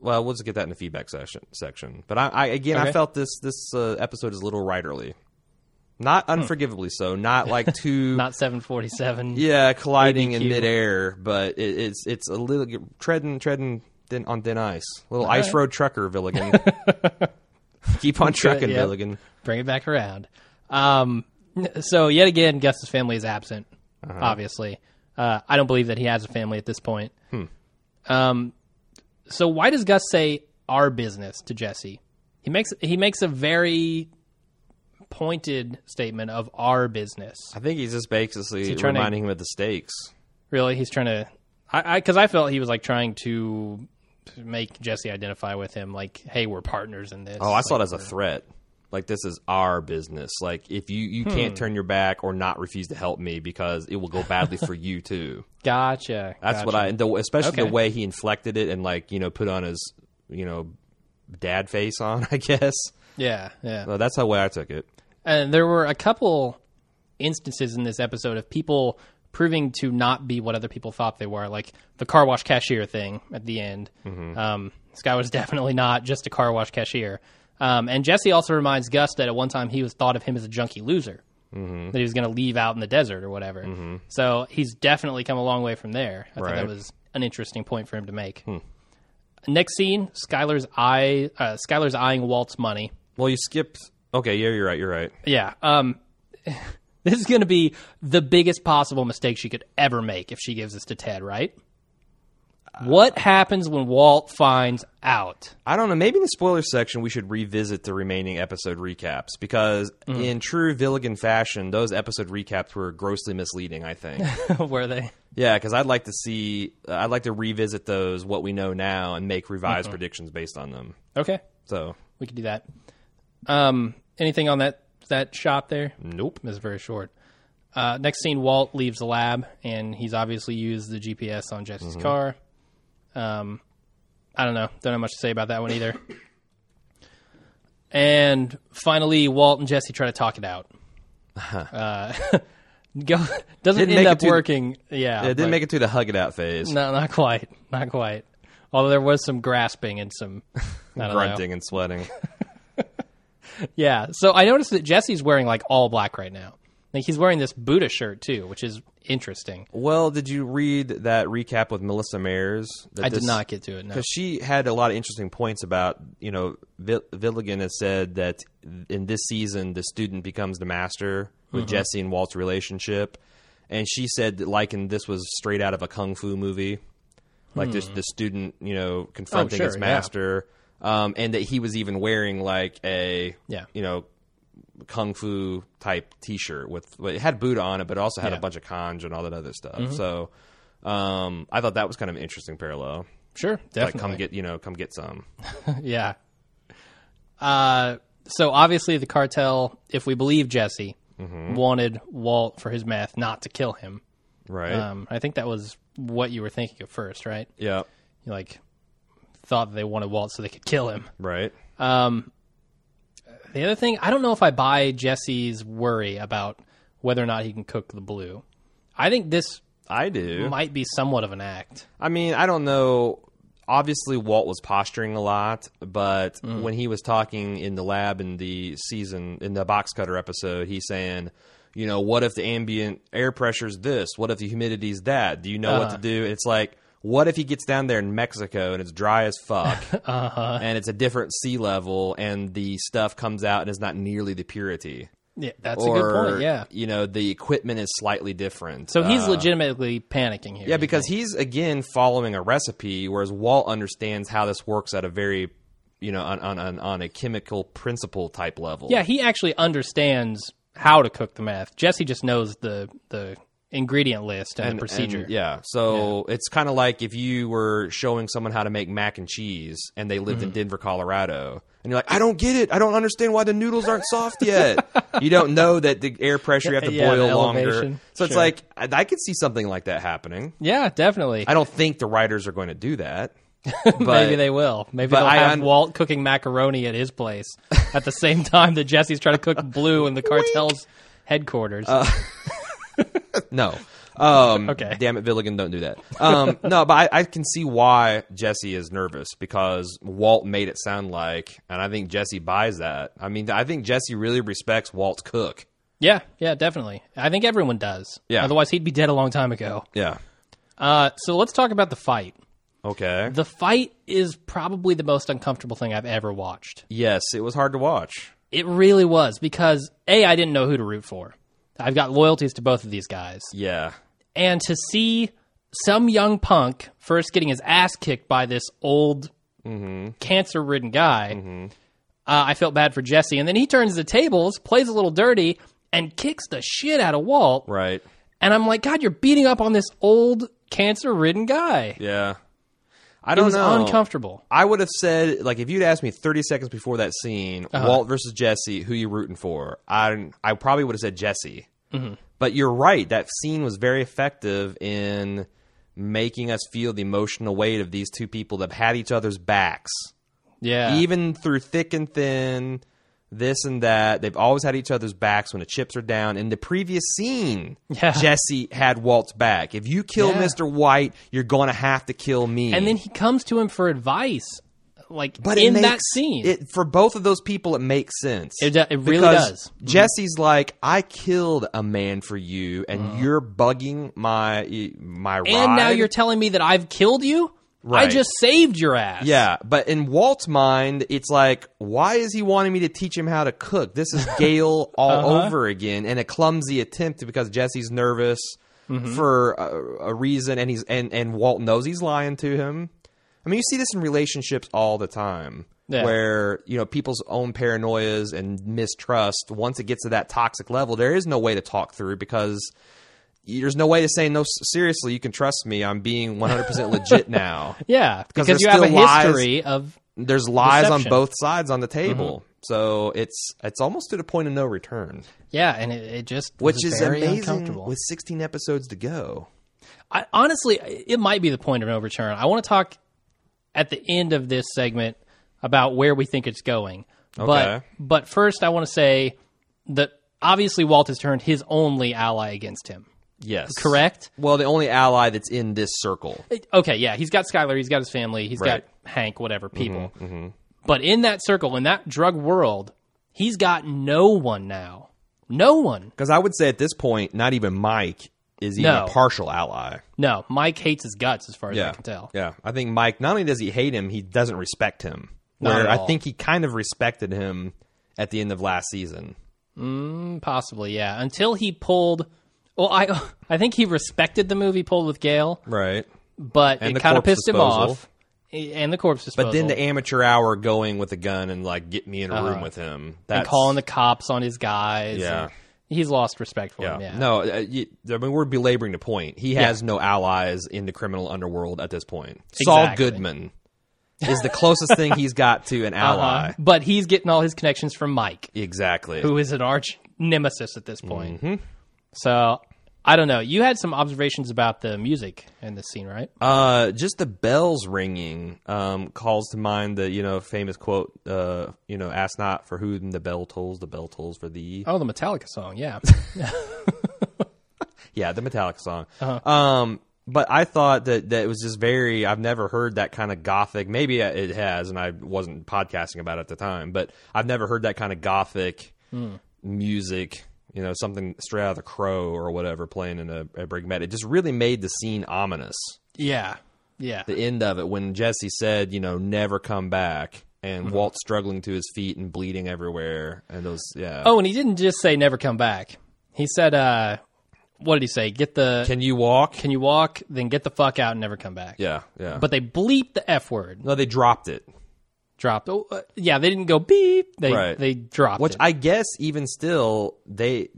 C: Well, we'll just get that in the feedback section. Section, but I, I again, I
B: Okay.
C: felt this this uh, episode is a little writerly, not unforgivably so, not like too
B: Hmm. Not 747.
C: yeah colliding in
B: ADQ.
C: midair, but it, it's it's a little treading treading thin, on thin ice, little ice
B: right.
C: road trucker Villigan. Keep on trucking,
B: yep.
C: Villigan.
B: Bring it back around. Um, so yet again, Gus's family is absent.
C: Uh-huh.
B: Obviously, uh, I don't believe that he has a family at this point.
C: Hmm.
B: Um, so why does Gus say our business to Jesse? He makes he makes a very pointed statement of our business.
C: I think he's just basically
B: trying to-
C: reminding him of the stakes.
B: Really, he's trying to. I because I, felt he was like trying to make Jesse identify with him. Like, hey, we're partners in this.
C: Oh, I saw it as a threat. Like this is our business. Like if you you can't
B: Hmm.
C: turn your back or not refuse to help me because it will go badly for you too.
B: gotcha.
C: That's what
B: gotcha.
C: I. The, especially the
B: Okay.
C: way he inflected it and like you know put on his you know dad face on. I guess
B: Yeah, yeah.
C: so that's how way I took it.
B: And there were a couple instances in this episode of people proving to not be what other people thought they were, like the car wash cashier thing at the end. Um, this guy was definitely not just a car wash cashier. Um, and Jesse also reminds Gus that at one time he was thought of him as a junkie loser, mm-hmm. that he was going to leave out in the desert or whatever. So he's definitely come a long way from there. I
C: Right.
B: thought that was an interesting point for him to make. Next scene, Skylar's eye, uh, Skylar's eyeing Walt's money.
C: Well, you skipped. Okay, yeah, you're right. You're right.
B: Yeah. Um, this is going to be the biggest possible mistake she could ever make if she gives this to Ted, right? what happens when Walt finds out?
C: I don't know. Maybe in the spoiler section, we should revisit the remaining episode recaps because,
B: Hmm.
C: in true Villigan fashion, those episode recaps were grossly misleading. I think.
B: Where they?
C: Yeah, because I'd like to see, uh, I'd like to revisit those what we know now and make revised predictions based on them.
B: Okay,
C: So,
B: we could do that. Um, anything on that that shot there?
C: nope.
B: It's very short. Uh, next scene, Walt leaves the lab, and he's obviously used the GPS on Jesse's
C: Mm-hmm.
B: car. Um, I don't know. Don't have much to say about that one either. and finally, Walt and Jesse try to talk it out. Uh, go, doesn't
C: Uh-huh. Didn't make it
B: end up
C: to the-
B: working. yeah,
C: It didn't
B: but-
C: make it through the hug it out phase,
B: no, not quite, not quite. Although there was some grasping and some I don't know.
C: grunting and sweating.
B: Yeah. So I noticed that Jesse's wearing like all black right now. Like he's wearing this Buddha shirt too, which is interesting.
C: well, did you read that recap with Melissa Mayers? That
B: I did not get to it. No.
C: because she had a lot of interesting points about you know Vil- Villigan has said that in this season the student becomes the master with
B: Mm-hmm.
C: Jesse and Walt's relationship, and she said that like and this was straight out of a kung fu movie, like this the student you know confronting
B: Hmm. Oh, sure,
C: his
B: yeah.
C: master, um, and that he was even wearing like a
B: Yeah.
C: you know kung fu type T-shirt with well, it had Buddha on it, but it also had a
B: Yeah. Mm-hmm.
C: bunch of kanji and all that other stuff. So. Um, I thought that was kind of an interesting parallel
B: Sure,
C: like
B: definitely.
C: come get you know come get some
B: yeah. Uh, so obviously the cartel, if we believe Jesse, wanted Walt for his meth not to kill him.
C: right
B: Um, I think that was what you were thinking at first, right?
C: yeah
B: You like thought that they wanted Walt so they could kill him.
C: right
B: Um, the other thing, I don't know if I buy Jesse's worry about whether or not he can cook the blue. I think this
C: i do
B: might be somewhat of an act.
C: i mean i don't know obviously walt was posturing a lot but when he was talking in the lab in the season in the box cutter episode he's saying you know what if the ambient air pressure's this what if the humidity's that do you know what to do it's like what if he gets down there in Mexico and it's dry as fuck, and it's a different sea level, and the stuff comes out and is not nearly the purity?
B: Yeah, that's
C: or
B: a good point. Yeah.
C: you know the equipment is slightly different.
B: So he's
C: Uh,
B: legitimately panicking here.
C: yeah, because he's again following a recipe, whereas Walt understands how this works at a very you know on on on, on a chemical principle type level.
B: Yeah, he actually understands how to cook the meth. Jesse just knows the the ingredient list and, the procedure.
C: and- yeah. So it's kind of like if you were showing someone how to make mac and cheese and they lived in
B: Mm-hmm.
C: Denver, Colorado, and you're like, I don't get it. I don't understand why the noodles aren't soft yet. you don't know that the air pressure you have to
B: Yeah, the
C: boil longer.
B: elevation.
C: So it's
B: Sure.
C: like I, I could see something like that happening.
B: Yeah, definitely.
C: I don't think the writers are going to do that. But
B: Maybe they will. Maybe
C: but
B: they'll
C: I
B: have
C: un-
B: Walt cooking macaroni at his place at the same time that Jesse's trying to cook blue in the cartel's headquarters.
C: No. Um,
B: Okay.
C: Damn it, Villigan, don't do that. Um, no, but I, I can see why Jesse is nervous because Walt made it sound like, and I think Jesse buys that. I mean, I think Jesse really respects Walt's cook.
B: yeah, yeah, definitely. I think everyone does.
C: Yeah.
B: Otherwise, he'd be dead a long time ago.
C: Yeah.
B: Uh, so let's talk about the fight.
C: Okay.
B: The fight is probably the most uncomfortable thing I've ever watched.
C: yes, it was hard to watch.
B: It really was because A, I didn't know who to root for. I've got loyalties to both of these guys.
C: Yeah.
B: And to see some young punk first getting his ass kicked by this old
C: Mm-hmm.
B: cancer ridden guy, uh, I felt bad for Jesse. And then he turns the tables, plays a little dirty, and kicks the shit out of Walt.
C: Right.
B: And I'm like, God, you're beating up on this old cancer ridden guy.
C: Yeah. I
B: It
C: don't
B: was
C: know.
B: uncomfortable.
C: I would have said, like, if you'd asked me 30 seconds before that scene,
B: Uh-huh.
C: Walt versus Jesse, who you rooting for? I I probably would have said Jesse.
B: Mm-hmm.
C: But you're right. That scene was very effective in making us feel the emotional weight of these two people that have had each other's backs,
B: Yeah.
C: even through thick and thin, this and that. They've always had each other's backs when the chips are down. In the previous scene,
B: Yeah.
C: Jesse had Walt's back. If you kill
B: Yeah.
C: Mr. White, you're going to have to kill me
B: and then he comes to him for advice, like
C: but
B: in
C: it
B: that
C: makes-
B: scene.
C: it, for both of those people, it makes sense.
B: It do- it really
C: Because
B: does. Mm-hmm.
C: Jesse's like, I killed a man for you, and you're bugging my my ride.
B: Uh-huh. and now you're telling me that I've killed you?
C: Right.
B: I just saved your ass.
C: yeah, but in Walt's mind, it's like, why is he wanting me to teach him how to cook? This is Gail all over again, and a clumsy attempt because Jesse's nervous for a, a reason, and he's and and Walt knows he's lying to him. I mean, you see this in relationships all the time,
B: Yeah.
C: where you know people's own paranoias and mistrust. Once it gets to that toxic level, there is no way to talk through because. There's no way to say no. s- Seriously, you can trust me. I'm being 100% legit now
B: Yeah, because
C: there's
B: you have a
C: still lies.
B: history of
C: there's lies
B: Deception. Mm-hmm.
C: on both sides on the table. So it's it's almost to the point of no return,
B: yeah, and it, it just
C: which
B: was
C: is
B: very
C: amazing
B: uncomfortable.
C: with 16 episodes to go.
B: I, honestly, it might be the point of no return. I want to talk at the end of this segment about where we think it's going. But
C: Okay.
B: but first, I want to say that obviously Walt has turned his only ally against him.
C: Yes.
B: Correct.
C: Well, the only ally that's in this circle.
B: okay, yeah, he's got Skylar, he's got his family, he's
C: Right. Mm-hmm,
B: got Hank, whatever people. But in that circle, in that drug world, he's got no one now. No one.
C: Cuz I would say at this point not even Mike is even
B: No.
C: a partial ally.
B: No, Mike hates his guts, as far as I
C: Yeah.
B: can tell.
C: Yeah. I think Mike not only does he hate him, he doesn't respect him.
B: Not
C: Where
B: at
C: I
B: all.
C: think he kind of respected him at the end of last season.
B: Possibly, yeah. Until he pulled. Well, I I think he respected the move he pulled with Gail,
C: Right.
B: but
C: And
B: it
C: the
B: kind of
C: corpse
B: pissed him
C: disposal.
B: off. And the corpse disposal.
C: But then the amateur hour going with a gun and like get me in a room with him. That's
B: Uh-huh. and calling the cops on his guys.
C: Yeah.
B: and He's lost respect for
C: Yeah.
B: him. Yeah.
C: No, uh, you, I mean we're belaboring the point. He has no allies in the criminal underworld at this point. Saul
B: Exactly.
C: Goodman is the closest thing he's got to an ally.
B: Uh, but he's getting all his connections from Mike.
C: Exactly.
B: who is an arch nemesis at this point.
C: Mm-hmm.
B: So I don't know. You had some observations about the music in this scene, right?
C: Uh, just the bells ringing um, calls to mind the you know famous quote. Uh, you know, ask not for whom the bell tolls, the bell tolls for thee.
B: Oh, the Metallica song, yeah.
C: Yeah, the Metallica song.
B: Uh-huh.
C: Um, but I thought that, that it was just very. I've never heard that kind of gothic. Maybe it has, and I wasn't podcasting about it at the time. But I've never heard that kind of gothic
B: Hmm.
C: music. You know, something straight out of the Crow or whatever playing in a, a breaking bad. It just really made the scene ominous.
B: yeah. Yeah.
C: The end of it when Jesse said, "You know, never come back," and
B: Mm-hmm.
C: Walt struggling to his feet and bleeding everywhere, and those. Yeah.
B: Oh, and he didn't just say never come back. He said uh what did he say? Get the can,
C: Can you walk?
B: you walk, then get the fuck out and never come back.
C: yeah, yeah.
B: But they bleeped the F word.
C: no, they dropped it.
B: Dropped. Oh, uh, yeah, they didn't go beep. They
C: Right.
B: they dropped
C: Which
B: it.
C: I guess even still they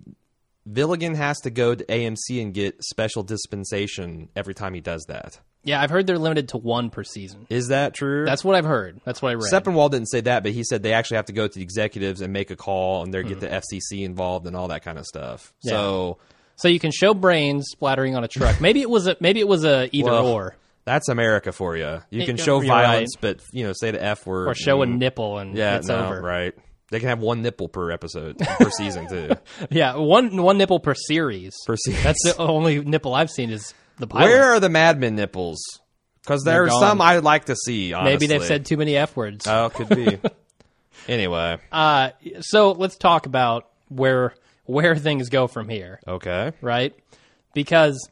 C: Villigan has to go to AMC and get special dispensation every time he does that.
B: Yeah, I've heard they're limited to one per season.
C: Is that true?
B: That's what I've heard. That's what I read.
C: Steppenwall didn't say that, but he said they actually have to go to the executives and make a call, and they
B: Hmm.
C: get the FCC involved and all that kind of stuff. So
B: so you can show brains splattering on a truck. Maybe it was a maybe it was a either
C: Well,
B: or
C: that's America for you. You can
B: Yeah,
C: show
B: you're
C: violence, but you know, say the F word
B: or show a
C: Mm.
B: nipple and
C: Yeah,
B: it's
C: no,
B: over.
C: right? They can have one nipple per episode per season too.
B: Yeah, one one nipple per series.
C: Per season.
B: That's the only nipple I've seen is the pilot.
C: Where are the Mad Men nipples? Because there
B: They're
C: are
B: gone.
C: some I'd like to see. Honestly.
B: Maybe they've said too many f words.
C: Oh, could be. anyway,
B: Uh, so let's talk about where where things go from here,
C: okay.
B: right? Because,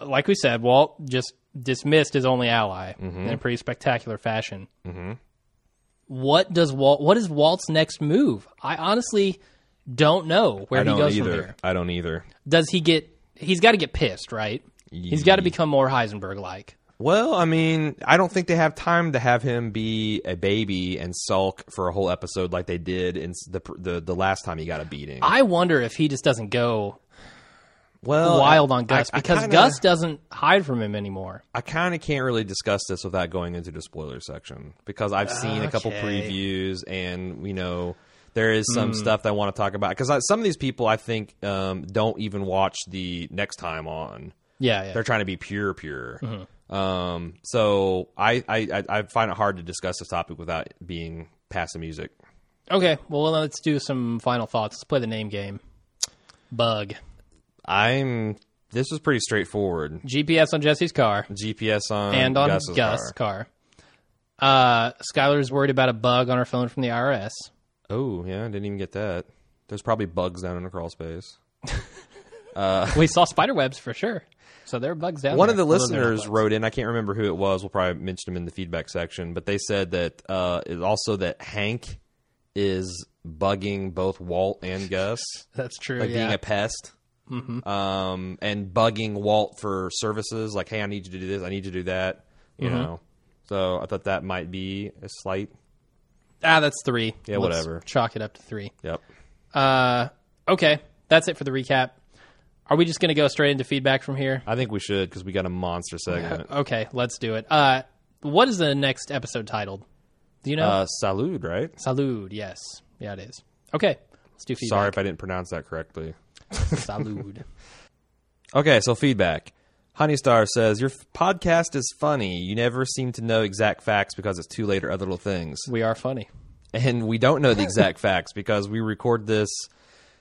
B: like we said, Walt just dismissed his only ally
C: Mm-hmm.
B: in a pretty spectacular fashion. Mm-hmm. What does Walt? What is Walt's next move? I honestly don't know where
C: I don't
B: he goes
C: either.
B: from here.
C: I don't either.
B: Does he get? He's got to get pissed, right? He's got to become more Heisenberg like.
C: Well, I mean, I don't think they have time to have him be a baby and sulk for a whole episode like they did in s- the pr- the, the last time he got a beating.
B: I wonder if he just doesn't go
C: well,
B: wild
C: I-
B: on Gus
C: I- I
B: because
C: kinda-
B: Gus doesn't hide from him anymore.
C: I kind of can't really discuss this without going into the spoiler section because I've seen a couple
B: Okay. Hmm.
C: previews and you know there is some stuff that I want to talk about because some of these people I think um, don't even watch the next time on.
B: Yeah, yeah.
C: They're trying to be pure, pure.
B: Mm-hmm.
C: Um, so I, I I- I find it hard to discuss this topic without being past the music.
B: Okay, well let's do some final thoughts. Let's play the name game. Bug.
C: I'm this is pretty straightforward.
B: GPS on Jesse's car
C: GPS on
B: and on
C: Gus's
B: Gus'
C: car.
B: car. Uh, Skylar's worried about a bug on her phone from the IRS.
C: Oh yeah, I didn't even get that. There's probably bugs down in the crawl space.
B: we saw spider webs for sure. So there are bugs down
C: One
B: there.
C: of the
B: Although they're not
C: listeners
B: bugs.
C: wrote in. I can't remember who it was. We'll probably mention them in the feedback section. But they said that uh, it- also that Hank is bugging both Walt and Gus,
B: That's true.
C: like
B: yeah.
C: being a pest, mm-hmm. um, and bugging Walt for services. Like, hey, I need you to do this. I need you to do that. You know. So I thought that might be a slight.
B: ah, that's three.
C: Yeah,
B: Let's
C: whatever.
B: Chalk it up to three.
C: Yep.
B: Uh, okay, that's it for the recap. Are we just going to go straight into feedback from here?
C: I think we should because we got a monster segment.
B: Okay, let's do it. Uh, what is the next episode titled? Do you know?
C: Uh, salud, right?
B: Salud, yes. Yeah, it is. Okay, let's do
C: Sorry
B: feedback.
C: if I didn't pronounce that correctly.
B: Salud.
C: Okay, so feedback. Honeystar says your f- podcast is funny. You never seem to know exact facts because it's too late or other little things,
B: we are funny.
C: and we don't know the exact facts because we record this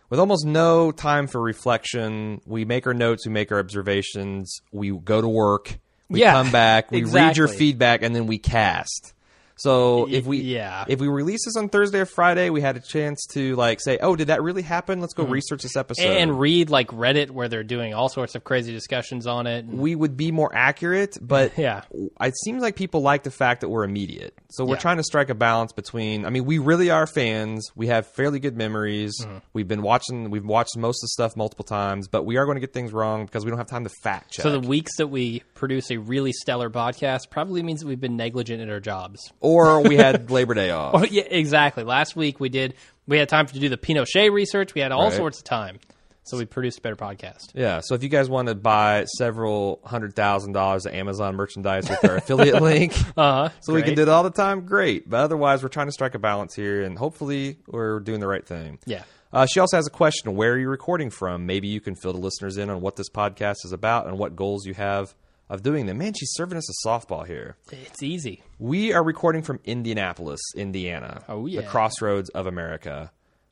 C: with almost no time for reflection. We make our notes, we make our observations, we go to work, we
B: Yeah,
C: come back, we read your
B: exactly.
C: feedback, and then we cast. So if we
B: yeah.
C: if we release this on Thursday or Friday, we had a chance to like say, oh, did that really happen? Let's go research this episode
B: Mm-hmm. and read like Reddit where they're doing all sorts of crazy discussions on it. And
C: we would be more accurate, but
B: Yeah.
C: it seems like people like the fact that we're immediate. So we're
B: Yeah.
C: trying to strike a balance between. I mean, we really are fans. We have fairly good memories.
B: Mm-hmm.
C: We've been watching. We've watched most of the stuff multiple times, but we are going to get things wrong because we don't have time to fact check.
B: so the weeks that we produce a really stellar podcast probably means that we've been negligent in our jobs.
C: or we had Labor Day off.
B: Oh, yeah, exactly. Last week we did. We had time to do the Pinochet research. We had all
C: Right.
B: sorts of time, so we produced a better podcast.
C: Yeah, so if you guys want to buy several hundred thousand dollars of Amazon merchandise with our affiliate link,
B: Uh huh.
C: so we can do it all the time, great. But otherwise, we're trying to strike a balance here, and hopefully, we're doing the right thing.
B: Yeah.
C: Uh, she also has a question Where are you recording from? Maybe you can fill the listeners in on what this podcast is about and what goals you have of doing them. Man, she's serving us a softball here.
B: It's easy.
C: We are recording from Indianapolis, Indiana.
B: Oh, yeah.
C: The crossroads of America.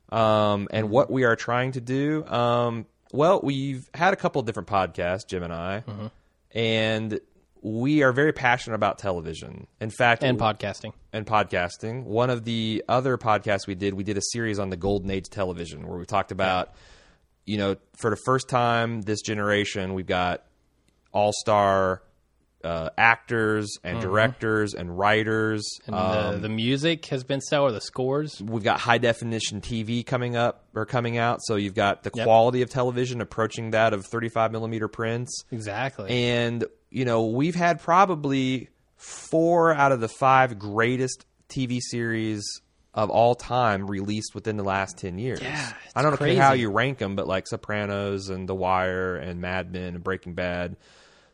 C: Um, and what we are trying to do, um, well, we've had a couple of different podcasts, Jim and I,
B: Mm-hmm.
C: and we are very passionate about television. In fact,
B: And podcasting.
C: and podcasting. One of the other podcasts we did, we did a series on the golden age television where we talked about, you know, for the first time this generation, we've got all star uh, actors and directors and writers. Uh,
B: the, the music has been stellar. The scores.
C: we've got high definition TV coming up or coming out. So you've got the quality of television approaching that of 35 millimeter prints.
B: Exactly.
C: And, you know, we've had probably four out of the five greatest TV series of all time released within the last 10 years.
B: Yeah, it's
C: I don't know how
B: crazy.
C: you rank them, but like Sopranos and The Wire and Mad Men and Breaking Bad.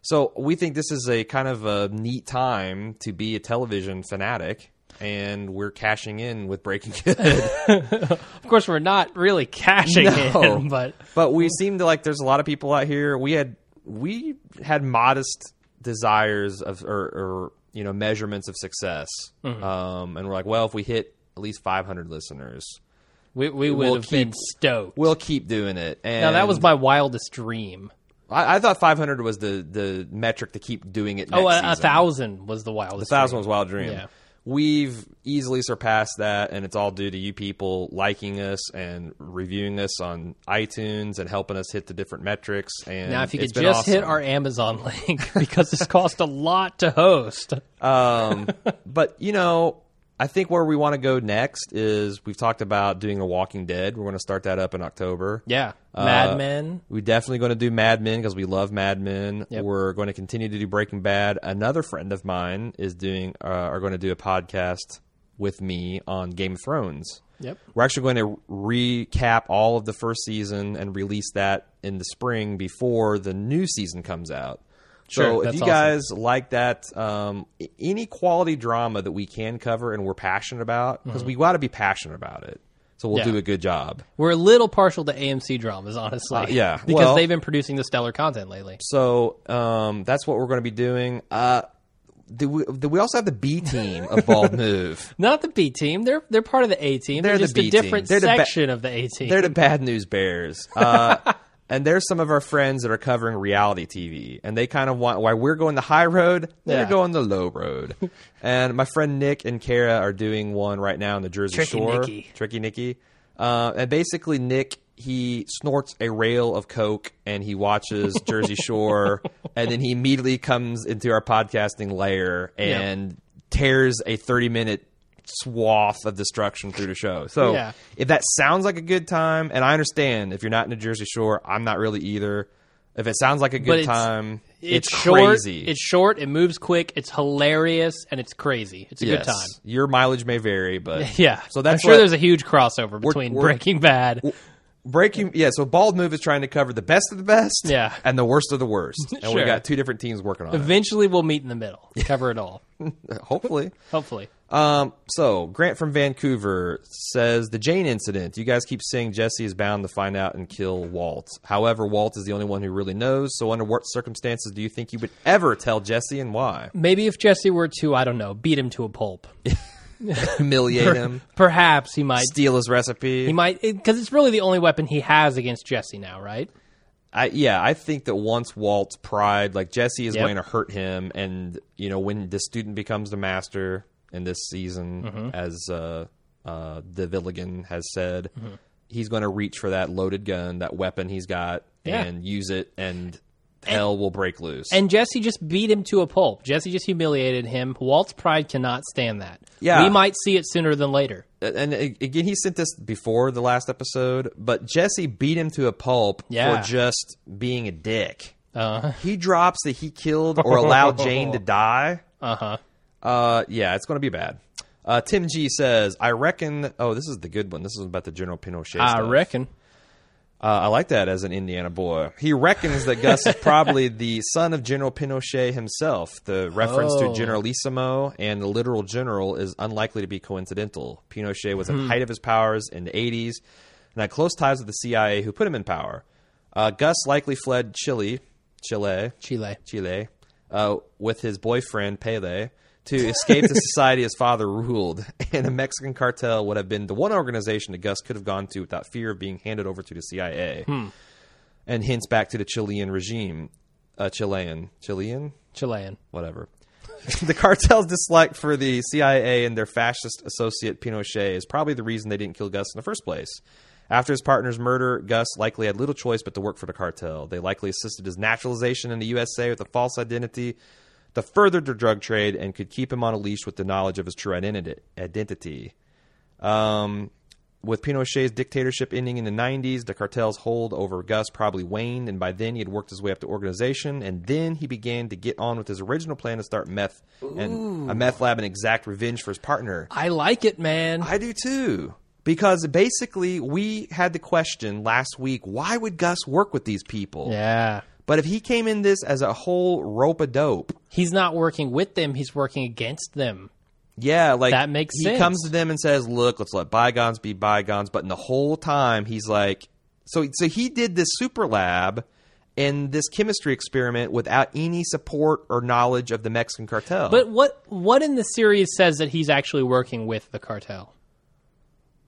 C: So we think this is a kind of a neat time to be a television fanatic. And we're cashing in with Breaking Bad,
B: Of course, we're not really cashing
C: No.
B: in, but
C: but we seem to like. There's a lot of people out here. We had we had modest desires of or, or you know measurements of success,
B: Mm-hmm.
C: um, and we're like, well, if we hit at least 500 listeners,
B: we, we would
C: We'll
B: have been
C: keep-
B: stoked.
C: we'll keep doing it. And
B: now that was my wildest dream.
C: I, I thought 500 was the the metric to keep doing it. next
B: Oh, a, a
C: season.
B: thousand was the wildest.
C: A thousand was Wild Dream.
B: Yeah.
C: We've easily surpassed that, and it's all due to you people liking us and reviewing us on iTunes and helping us hit the different metrics. And
B: Now, if you
C: it's
B: could
C: been
B: just hit
C: awesome.
B: our Amazon link, because this cost a lot to host.
C: Um, but you know, I think where we want to go next is we've talked about doing a Walking Dead. We're going to start that up in October.
B: Yeah,
C: Uh,
B: Mad Men.
C: We're definitely going to do Mad Men because we love Mad Men.
B: Yep.
C: We're going to continue to do Breaking Bad. Another friend of mine is doing uh, are going to do a podcast with me on Game of Thrones.
B: Yep.
C: We're actually going to recap all of the first season and release that in the spring before the new season comes out.
B: Sure,
C: so if
B: that's
C: you
B: awesome.
C: guys like that, um, a- any quality drama that we can cover and we're passionate about, because we got to be passionate about it, so we'll
B: Mm-hmm. Yeah.
C: do a good job.
B: We're a little partial to AMC dramas, honestly.
C: Uh, yeah,
B: because
C: well-
B: they've been producing the stellar content lately.
C: So um, that's what we're going to be doing. Uh, do we, do we also have the B team of Bald Move.
B: Not the B team; they're they're part of the A team. They're,
C: They're the
B: just
C: B
B: a
C: team.
B: different
C: They're the ba-
B: section of the A team.
C: They're the bad news bears. Uh, and there's some of our friends that are covering reality TV, and they kind of want why we're going the high road, they're
B: Yeah.
C: going the low road. and my friend Nick and Kara are doing one right now on the Jersey
B: Tricky
C: Shore.
B: Nicky.
C: Tricky Nicky. Uh, and basically, Nick he snorts a rail of coke and he watches Jersey Shore, and then he immediately comes into our podcasting layer and tears a thirty-minute swath of destruction through the show. So
B: Yeah.
C: if that sounds like a good time, and I understand if you're not in the Jersey Shore, I'm not really either. If it sounds like a
B: But
C: good
B: it's-
C: time, it's,
B: short.
C: crazy.
B: It's short. It moves quick. It's hilarious, and it's crazy. It's a
C: Yes.
B: good time.
C: Your mileage may vary, but
B: Yeah.
C: So that's
B: I'm sure
C: what-
B: there's a huge crossover between
C: we're-
B: Breaking Bad.
C: Breaking, yeah. So Bald Move is trying to cover the best of the best,
B: Yeah.
C: and the worst of the worst. And we
B: Sure.
C: got two different teams working on
B: Eventually, we'll meet in the middle. Cover it all,
C: it. Hopefully,
B: hopefully.
C: um, so Grant from Vancouver says the Jane incident. You guys keep saying Jesse is bound to find out and kill Walt. However, Walt is the only one who really knows. So, under what circumstances do you think you would ever tell Jesse, and why?
B: Maybe if Jesse were to, I don't know, beat him to a pulp,
C: Humiliate him,
B: perhaps he might.
C: steal his recipe.
B: He might because it's really the only weapon he has against Jesse now, right?
C: I, yeah, I think that once Walt's pride, like Jesse is
B: Yep.
C: going to hurt him, and you know when the student becomes the master in this season,
B: Mm-hmm.
C: as uh, uh, the Villigan has said,
B: Mm-hmm.
C: he's going to reach for that loaded gun, that weapon he's got,
B: Yeah.
C: and use it, and, hell will break loose.
B: And Jesse just beat him to a pulp. Jesse just humiliated him. Walt's pride cannot stand that.
C: Yeah.
B: we might see it sooner than later.
C: and a- again, he sent this before the last episode, but Jesse beat him to a pulp
B: Yeah.
C: for just being a dick.
B: Uh
C: He drops that he killed or allowed Jane to die.
B: huh. Uh-huh.
C: Uh, yeah, it's going to be bad. Uh, Tim G says, I reckon. Oh, this is the good one. This is about the General Pinochet.
B: I
C: stuff.
B: reckon.
C: Uh, I like that as an Indiana boy. He reckons that Gus is probably the son of General Pinochet himself. The reference
B: Oh.
C: to Generalissimo and the literal general is unlikely to be coincidental. Pinochet was at the height of his powers in the 80s and had close ties with the CIA, who put him in power. Uh, Gus likely fled Chile, Chile,
B: Chile.
C: Chile, uh, with his boyfriend Pele to escape the society his father ruled, and a Mexican cartel would have been the one organization that Gus could have gone to without fear of being handed over to the CIA, and hints back to the Chilean regime, uh, Chilean, Chilean,
B: Chilean.
C: whatever. the cartel's dislike for the CIA and their fascist associate Pinochet is probably the reason they didn't kill Gus in the first place. After his partner's murder, Gus likely had little choice but to work for the cartel. They likely assisted his naturalization in the USA with a false identity to further the drug trade and could keep him on a leash with the knowledge of his true identi- identity. Um, With Pinochet's dictatorship ending in the 90s, the cartel's hold over Gus probably waned, and by then he had worked his way up the organization. And then he began to get on with his original plan to start meth and a meth lab and exact revenge for his partner.
B: I like it, man.
C: I do too. Because basically, we had the question last week why would Gus work with these people?
B: yeah.
C: But if he came in this as a whole rope a dope,
B: He's not working with them, he's working against them.
C: yeah, like
B: That makes
C: he
B: sense.
C: comes to them and says, "Look, let's let bygones be bygones." But in the whole time, he's like, so so he did this super lab and this chemistry experiment without any support or knowledge of the Mexican cartel.
B: But what what in the series says that he's actually working with the cartel?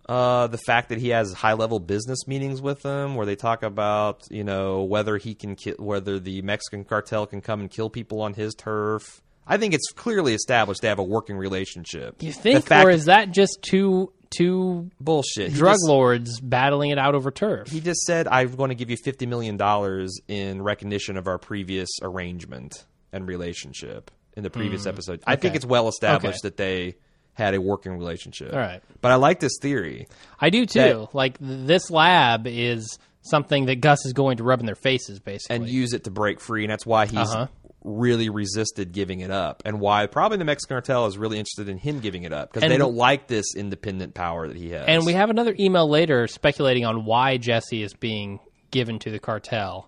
C: Uh, the fact that he has high level business meetings with them where they talk about, you know, whether he can ki- whether the Mexican cartel can come and kill people on his turf. I think it's clearly established they have a working relationship.
B: You
C: The
B: think,
C: fact-
B: or is that just two two
C: bullshit? He
B: drug
C: just-
B: lords battling it out over turf?
C: He just said, "I'm going to give you fifty million dollars in recognition of our previous arrangement and relationship." In the previous episode, I think it's well established
B: Hmm. Okay.
C: that they had a working relationship.
B: All right.
C: but I like this theory.
B: I do too.
C: That-
B: like th- this lab is something that Gus is going to rub in their faces, basically.
C: and use it to break free, and that's why he's
B: Uh-huh.
C: really resisted giving it up, and why probably the Mexican cartel is really interested in him giving it up because
B: And-
C: they don't like this independent power that he has.
B: and we have another email later speculating on why Jesse is being given to the cartel,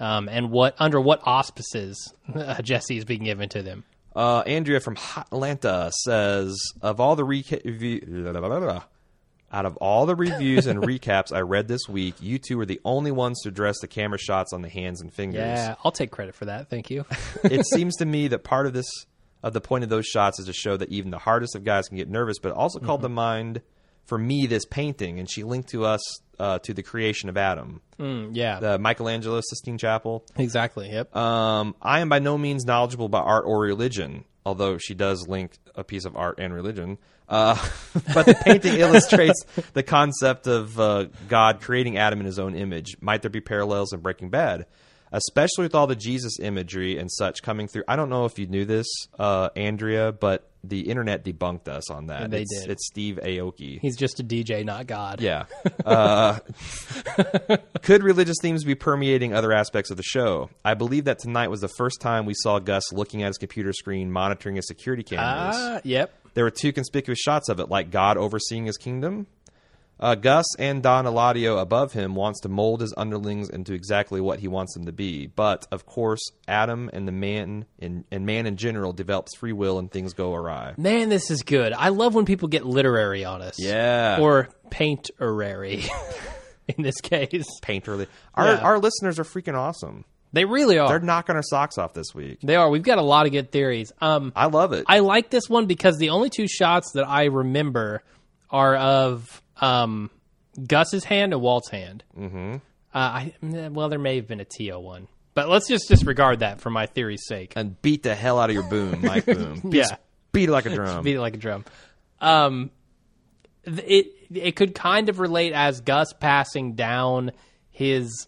B: um, and what under what auspices uh, Jesse is being given to them.
C: uh, Andrea from Atlanta says of all the reca- v- blah, blah, blah, blah. out of all the reviews and recaps I read this week, you two were the only ones to address the camera shots on the hands and fingers.
B: Yeah, I'll take credit for that. Thank you.
C: it seems to me that part of this of the point of those shots is to show that even the hardest of guys can get nervous, but it also called
B: Mm-hmm.
C: to mind for me this painting, and she linked to us uh, to the creation of Adam,
B: Mm, yeah,
C: the Michelangelo Sistine Chapel.
B: exactly. Yep.
C: Um, I am by no means knowledgeable about art or religion, although she does link a piece of art and religion. Uh, but the painting illustrates the concept of uh, God creating Adam in his own image. Might there be parallels in Breaking Bad? Especially with all the Jesus imagery and such coming through. I don't know if you knew this, uh, Andrea, but the internet debunked us on that.
B: They
C: it's,
B: did.
C: It's Steve Aoki.
B: He's just a DJ, not God.
C: Yeah. Uh, could religious themes be permeating other aspects of the show? I believe that tonight was the first time we saw Gus looking at his computer screen, monitoring his security cameras.
B: Ah, yep.
C: There were two conspicuous shots of it, like God overseeing his kingdom. Uh, Gus and Don Eladio above him wants to mold his underlings into exactly what he wants them to be, but of course, Adam and the man in, and man in general develops free will and things go awry.
B: Man, this is good. I love when people get literary on us.
C: Yeah.
B: Or painterary in this case.
C: Painterly, our
B: Yeah.
C: our listeners are freaking awesome.
B: They really are.
C: They're knocking our socks off this week.
B: They are. We've got a lot of good theories. Um,
C: I love it.
B: I like this one because the only two shots that I remember are of um, Gus's hand and Walt's hand. Mm-hmm. Uh, I, mm, well, there may have been a Tio one, but let's just disregard that for my theory's sake.
C: and beat the hell out of your boom, mic boom. Beat-
B: yeah,
C: Beat it like a drum.
B: beat it like a drum. Um, th- it it could kind of relate as Gus passing down his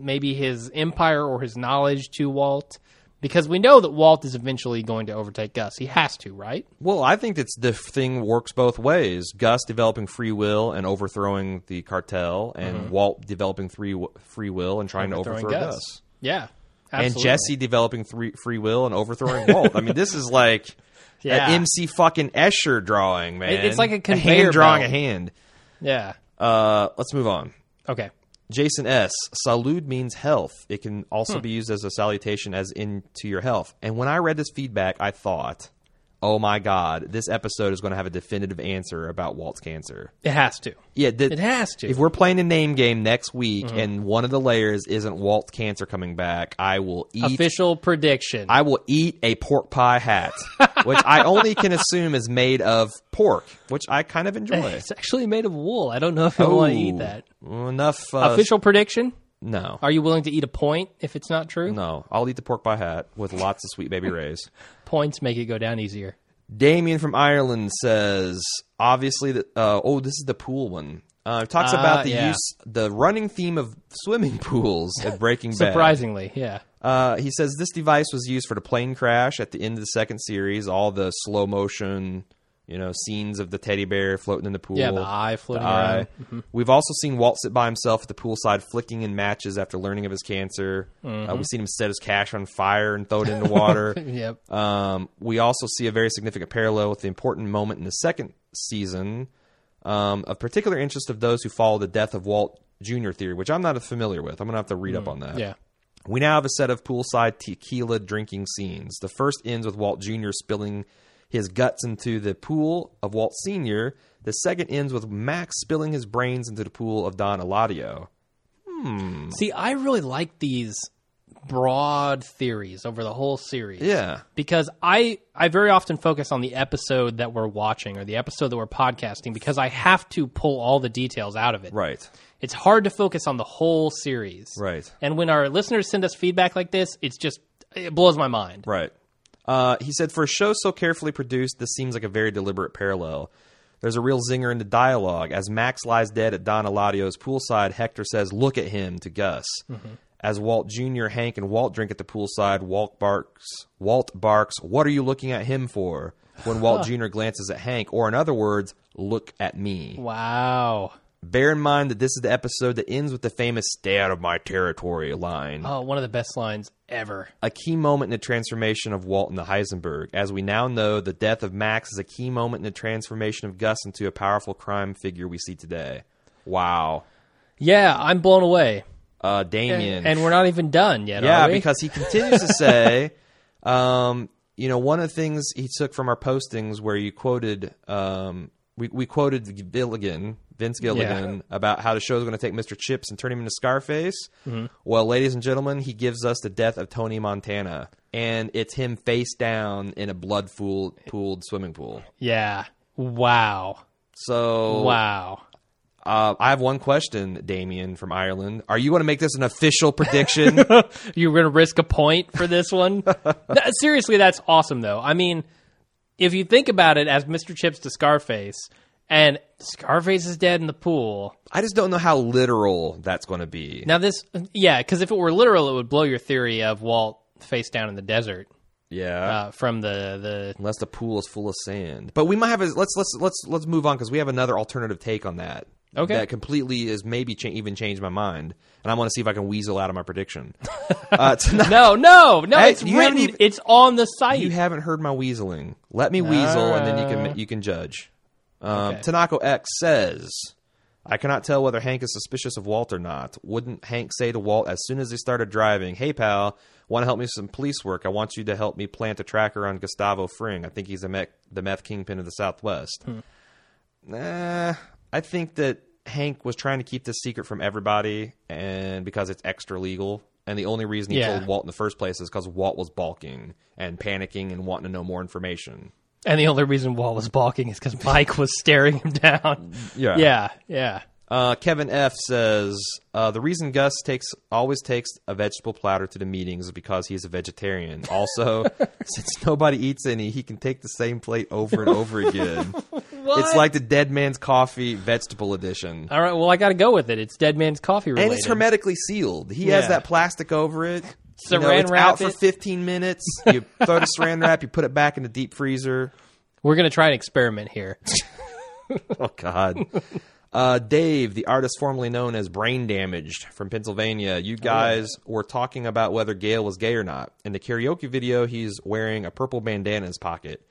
B: maybe his empire or his knowledge to Walt. Because we know that Walt is eventually going to overtake Gus. He has to, right?
C: well, I think that's the thing works both ways. Gus developing free will and overthrowing the cartel, and Walt developing free w- free will and trying to
B: Throwing
C: overthrow
B: Mm-hmm. Gus.
C: Gus.
B: Yeah.
C: And
B: absolutely.
C: Jesse developing three, free will and overthrowing Walt. I mean, this is like
B: Yeah.
C: an MC fucking Escher drawing, man.
B: It- it's like a conveyor
C: hand drawing
B: belt.
C: a hand.
B: Yeah.
C: Uh, let's move on.
B: Okay.
C: Jason S. Salud means health. It can also
B: Hmm.
C: be used as a salutation, as into your health. And when I read this feedback, I thought, oh my God, this episode is going to have a definitive answer about Walt's cancer.
B: It has to.
C: Yeah, the,
B: It has to. Mm-hmm.
C: If we're playing a name game next week and one of the layers isn't Walt's cancer coming back, I will eat.
B: Official prediction.
C: I will eat a pork pie hat, which I only can assume is made of pork, which I kind of enjoy.
B: it's actually made of wool. I don't know if I want to eat that.
C: Ooh, Enough. Uh,
B: Official prediction?
C: No.
B: Are you willing to eat a point if it's not true?
C: No, I'll eat the pork pie hat with lots of sweet baby rays.
B: Points make it go down easier.
C: Damien from Ireland says, obviously, that uh, oh, this is the pool one. Uh, it talks
B: Ah,
C: about the
B: yeah.
C: use, the running theme of swimming pools at Breaking Bad.
B: Surprisingly, yeah.
C: Uh, he says this device was used for the plane crash at the end of the second series. All the slow motion You know, scenes of the teddy bear floating in the pool.
B: Yeah, the eye floating
C: eye.
B: around.
C: We've also seen Walt sit by himself at the poolside flicking in matches after learning of his cancer.
B: Mm-hmm.
C: Uh, we've seen him set his cash on fire and throw it into water.
B: Yep.
C: Um, we also see a very significant parallel with the important moment in the second season um, of particular interest of those who follow the death of Walt Jr. theory, which I'm not familiar with. I'm going to have to read up on that.
B: Mm, Yeah.
C: We now have a set of poolside tequila drinking scenes. The first ends with Walt Jr. spilling his guts into the pool of Walt Sr., the second ends with Max spilling his brains into the pool of Don Eladio. Mm.
B: See, I really like these broad theories over the whole series.
C: Yeah.
B: Because I I very often focus on the episode that we're watching or the episode that we're podcasting because I have to pull all the details out of it.
C: Right.
B: It's hard to focus on the whole series.
C: Right.
B: And when our listeners send us feedback like this, it's just it blows my mind.
C: Right. Uh, he said, for a show so carefully produced, this seems like a very deliberate parallel. There's a real zinger in the dialogue. As Max lies dead at Don Eladio's poolside, Hector says, look at him to Gus. As Walt Jr., Hank, and Walt drink at the poolside, Walt barks, Walt barks, what are you looking at him for? When Walt Jr. glances at Hank, or in other words, look at me.
B: Wow.
C: Bear in mind that this is the episode that ends with the famous stay out of my territory line
B: Oh, one of the best lines ever.
C: a key moment in the transformation of Walt into Heisenberg. As we now know, the death of Max is a key moment in the transformation of Gus into a powerful crime figure we see today. Wow.
B: Yeah, I'm blown away.
C: Uh, Damien.
B: And we're not even done yet,
C: yeah,
B: are we?
C: because he continues to say, um, you know, one of the things he took from our postings where you quoted, um, we, we quoted Gilligan, Vince Gilligan, about how the show's going to take Mr. Chips and turn him into Scarface. Well, ladies and gentlemen, he gives us the death of Tony Montana, and it's him face down in a blood fool- pooled swimming pool.
B: Yeah. Wow.
C: So,
B: Wow.
C: uh, I have one question, Damien from Ireland. Are you going to make this an official prediction?
B: You're going to risk a point for this one? That- seriously, that's awesome, though. I mean, if you think about it as Mr. Chips to Scarface, and Scarface is dead in the pool.
C: I just don't know how literal that's going to be.
B: Now, this, yeah, because if it were literal, it would blow your theory of Walt face down in the desert
C: Yeah.
B: uh, from the, the.
C: unless the pool is full of sand. But we might have a let's let's let's let's move on because we have another alternative take on that.
B: Okay.
C: that completely is maybe cha- even changed my mind, and I want to see if I can weasel out of my prediction. uh, tonight,
B: No, no, no,
C: Hey,
B: it's
C: you haven't
B: written.
C: even-
B: it's on the site.
C: you haven't heard my weaseling. Let me weasel, and then you can you can judge. Um,
B: Uh. Okay.
C: Tanako X says. I cannot tell whether Hank is suspicious of Walt or not. Wouldn't Hank say to Walt as soon as they started driving, "Hey pal, want to help me with some police work? I want you to help me plant a tracker on Gustavo Fring. I think he's the meth, the meth kingpin of the Southwest." Nah, I think that Hank was trying to keep this secret from everybody, and because it's extra legal. And the only reason he
B: Yeah.
C: told Walt in the first place is because Walt was balking and panicking and wanting to know more information.
B: And the only reason Walt was balking is because Mike was staring him down.
C: Yeah.
B: Yeah, yeah.
C: Uh, Kevin F says uh, the reason Gus takes always takes a vegetable platter to the meetings is because he's a vegetarian. Also, since nobody eats any, he can take the same plate over and over again. It's like the Dead Man's Coffee Vegetable Edition.
B: All right, well, I got to go with it. It's Dead Man's Coffee related.
C: and it's hermetically sealed. He has
B: Yeah.
C: that plastic over it. you know,
B: Saran
C: it's
B: wrap
C: out for
B: it.
C: 15 minutes. You throw the saran wrap, you put it back in the deep freezer.
B: We're going to try an experiment here.
C: Oh God. Uh, Dave, the artist formerly known as Brain Damaged from Pennsylvania,
B: Oh,
C: you guys were talking about whether Gail was gay or not. In the karaoke video, he's wearing a purple bandana in his pocket.